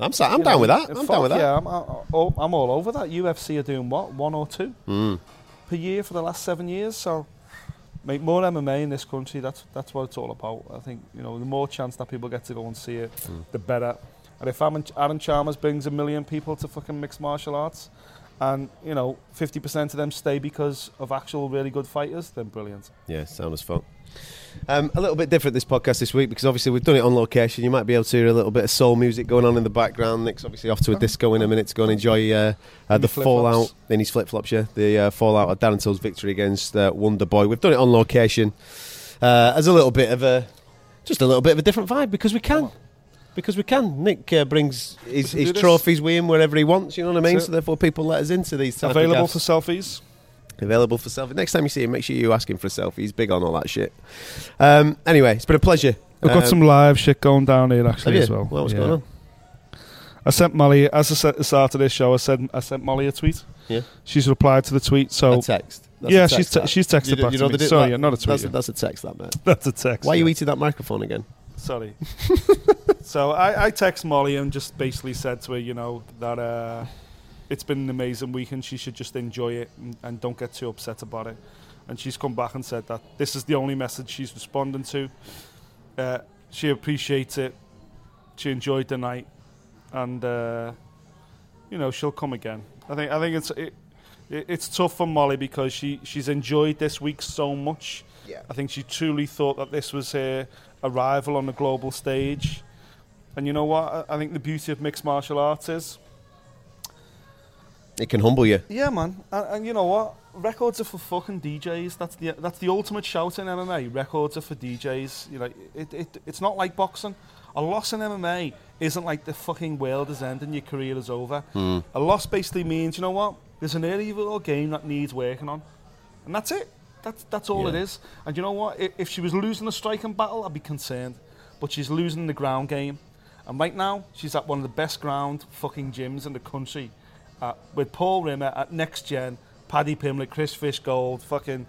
Speaker 3: I'm, so, I'm
Speaker 4: You know,
Speaker 3: down with that. I'm
Speaker 4: fuck
Speaker 3: down with that.
Speaker 4: Yeah, I'm, I- oh, I'm all over that. UFC are doing what one or two
Speaker 3: Hmm.
Speaker 4: per year for the last seven years. So make more MMA in this country. That's that's what it's all about. I think you know the more chance that people get to go and see it,
Speaker 3: Hmm.
Speaker 4: the better. And if Aaron, Aaron Chalmers brings a million people to fucking mixed martial arts, and you know 50% of them stay because of actual really good fighters, then brilliant.
Speaker 3: Yeah, sound as fuck. Um, a little bit different this podcast this week because obviously we've done it on location. You might be able to hear a little bit of soul music going on in the background. Nick's obviously off to a disco in a minute to go and enjoy uh, uh,
Speaker 4: In
Speaker 3: the
Speaker 4: his Oh. flip-flops.
Speaker 3: fallout in his flip flops. Yeah, the uh, fallout of Darren Till's victory against uh, Wonder Boy. We've done it on location uh, as a little bit of a just a little bit of a different vibe because we can. Because we can. Nick uh, brings his,
Speaker 4: can
Speaker 3: his
Speaker 4: do this.
Speaker 3: trophies with him wherever he wants, you know what I mean?
Speaker 4: That's it.
Speaker 3: So therefore people let us into these type of
Speaker 4: Available
Speaker 3: gaffes
Speaker 4: for selfies.
Speaker 3: available for selfie. Next time you see him, make sure you ask him for a selfie. He's big on all that shit. Um, anyway, it's been a pleasure.
Speaker 4: We've got
Speaker 3: Um,
Speaker 4: some live shit going down here
Speaker 3: have
Speaker 4: actually
Speaker 3: you?
Speaker 4: as well.
Speaker 3: Well, what's
Speaker 4: Yeah.
Speaker 3: going on?
Speaker 4: I sent Molly as I said at the start of this show. I said I sent Molly a tweet.
Speaker 3: Yeah.
Speaker 4: She's replied to the tweet. So
Speaker 3: a text. That's
Speaker 4: yeah,
Speaker 3: a text,
Speaker 4: she's te-
Speaker 3: that.
Speaker 4: she's texted
Speaker 3: You d-
Speaker 4: back
Speaker 3: you
Speaker 4: to
Speaker 3: know
Speaker 4: me.
Speaker 3: they do-
Speaker 4: Sorry,
Speaker 3: that-
Speaker 4: not a tweet,
Speaker 3: That's,
Speaker 4: yeah.
Speaker 3: that's a text, that man.
Speaker 4: [laughs] that's a text.
Speaker 3: Why are you
Speaker 4: yeah.
Speaker 3: eating that microphone again?
Speaker 4: Sorry. so I, I text Molly and just basically said to her, you know, that uh, it's been an amazing week and she should just enjoy it and, and don't get too upset about it. And she's come back and said that this is the only message she's responding to. Uh, she appreciates it. She enjoyed the night, and uh, you know she'll come again. I think I think it's it, it, it's tough for Molly because she she's enjoyed this week so much.
Speaker 1: Yeah.
Speaker 4: I think she truly thought that this was her arrival on the global stage. And you know what? I I think the beauty of mixed martial arts is.
Speaker 3: It can humble you.
Speaker 4: Yeah, man. And, and you know what? Records are for fucking DJs. That's the that's the ultimate shout in MMA. Records are for DJs. You know, it, it it's not like boxing. A loss in MMA isn't like the fucking world is ending, your career is over. A loss basically means, you know what? There's an area of your game that needs working on, and that's it. That's that's all it
Speaker 3: Yeah.
Speaker 4: is. And you know what? I- If she was losing a striking battle, I'd be concerned. But she's losing the ground game, and right now she's at one of the best ground fucking gyms in the country, uh, with Paul Rimmer at Next Gen, Paddy Pimlet, Chris Fish Gold, fucking.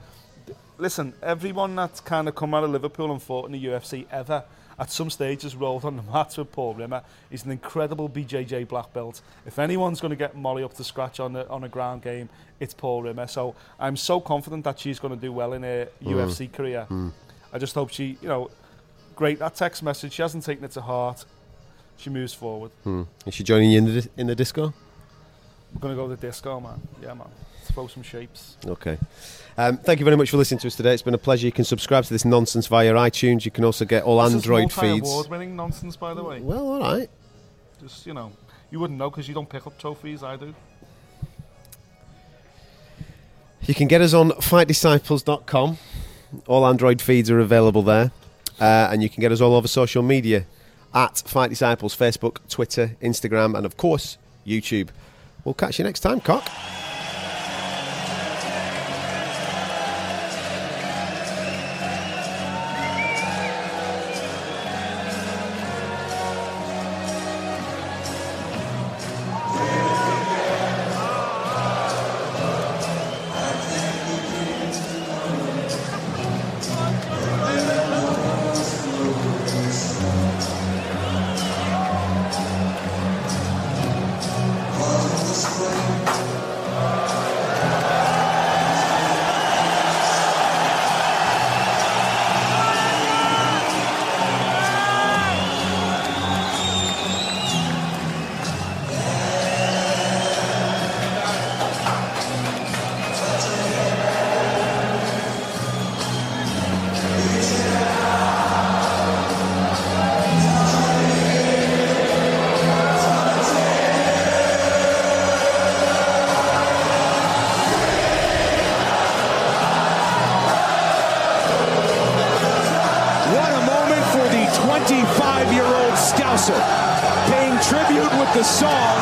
Speaker 4: Listen, everyone that's kind of come out of Liverpool and fought in the UFC ever at some stage has rolled on the mats with Paul Rimmer. He's an incredible BJJ black belt. If anyone's going to get Molly up to scratch on a, on a ground game, it's Paul Rimmer. So I'm so confident that she's going to do well in her
Speaker 3: Mm.
Speaker 4: UFC career. I just hope she, you know, great that text message. She hasn't taken it to heart. She moves forward.
Speaker 3: Is she joining you in the, dis- in the disco?
Speaker 4: We're going to go to the disco, man. Yeah, man. Throw some shapes.
Speaker 3: Okay. Um, thank you very much for listening to us today. It's been a pleasure. You can subscribe to this nonsense via iTunes. You can also get all
Speaker 4: This is
Speaker 3: Android feeds.
Speaker 4: multi-award-winning nonsense, by the way.
Speaker 3: Well, all right.
Speaker 4: Just you know, you wouldn't know because you don't pick up trophies. I do.
Speaker 3: You can get us on fightdisciples.com. All Android feeds are available there. Uh, and you can get us all over social media at Fight Disciples, Facebook, Twitter, Instagram, and of course, YouTube. We'll catch you next time, Cock.
Speaker 6: What a moment for the 25 year old Scouser, paying tribute with the song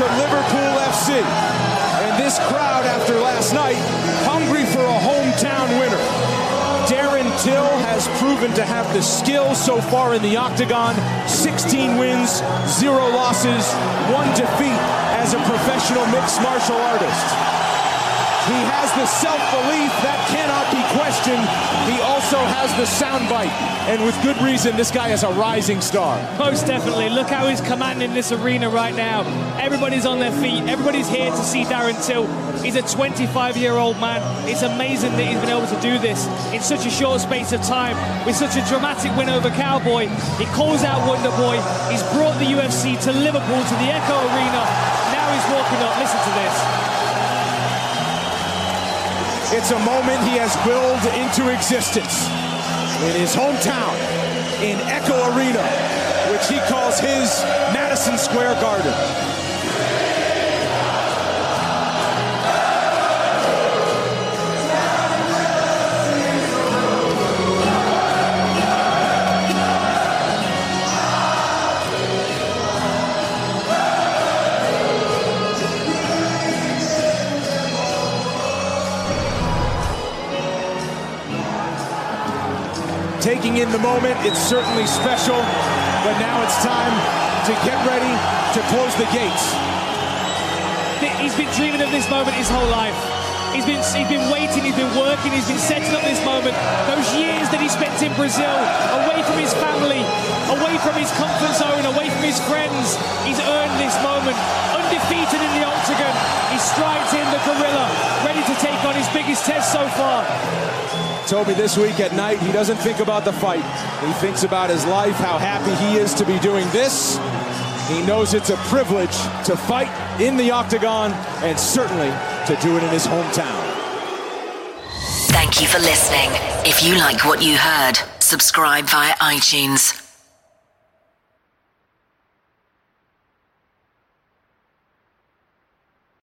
Speaker 6: to Liverpool FC. And this crowd, after last night, hungry for a hometown winner. Darren Till has proven to have the skill so far in the octagon 16 wins, zero losses, one defeat as a professional mixed martial artist. He has the self-belief that cannot be questioned. He also has the soundbite. And with good reason, this guy is a rising star.
Speaker 7: Most definitely. Look how he's commanding this arena right now. Everybody's on their feet. Everybody's here to see Darren Till. He's a 25 year old man. It's amazing that he's been able to do this in such a short space of time with such a dramatic win over Cowboy. He calls out Wonder Boy. He's brought the UFC to Liverpool to the Echo Arena. Now he's walking up. Listen to this.
Speaker 6: It's a moment he has willed into existence in his hometown, in Echo Arena, which he calls his Madison Square Garden. taking in the moment. It's certainly special, but now it's time to get ready to close the gates.
Speaker 7: Th- He's been dreaming of this moment his whole life. He's been, he's been waiting, he's been working, he's been setting up this moment. Those years that he spent in Brazil, away from his family, away from his comfort zone, away from his friends, he's earned this moment. Undefeated in the octagon, he strides in the gorilla, ready to take on his biggest test so far.
Speaker 6: Told me this week at night he doesn't think about the fight. He thinks about his life, how happy he is to be doing this. He knows it's a privilege to fight in the octagon and certainly to do it in his hometown.
Speaker 2: Thank you for listening. If you like what you heard, subscribe via iTunes.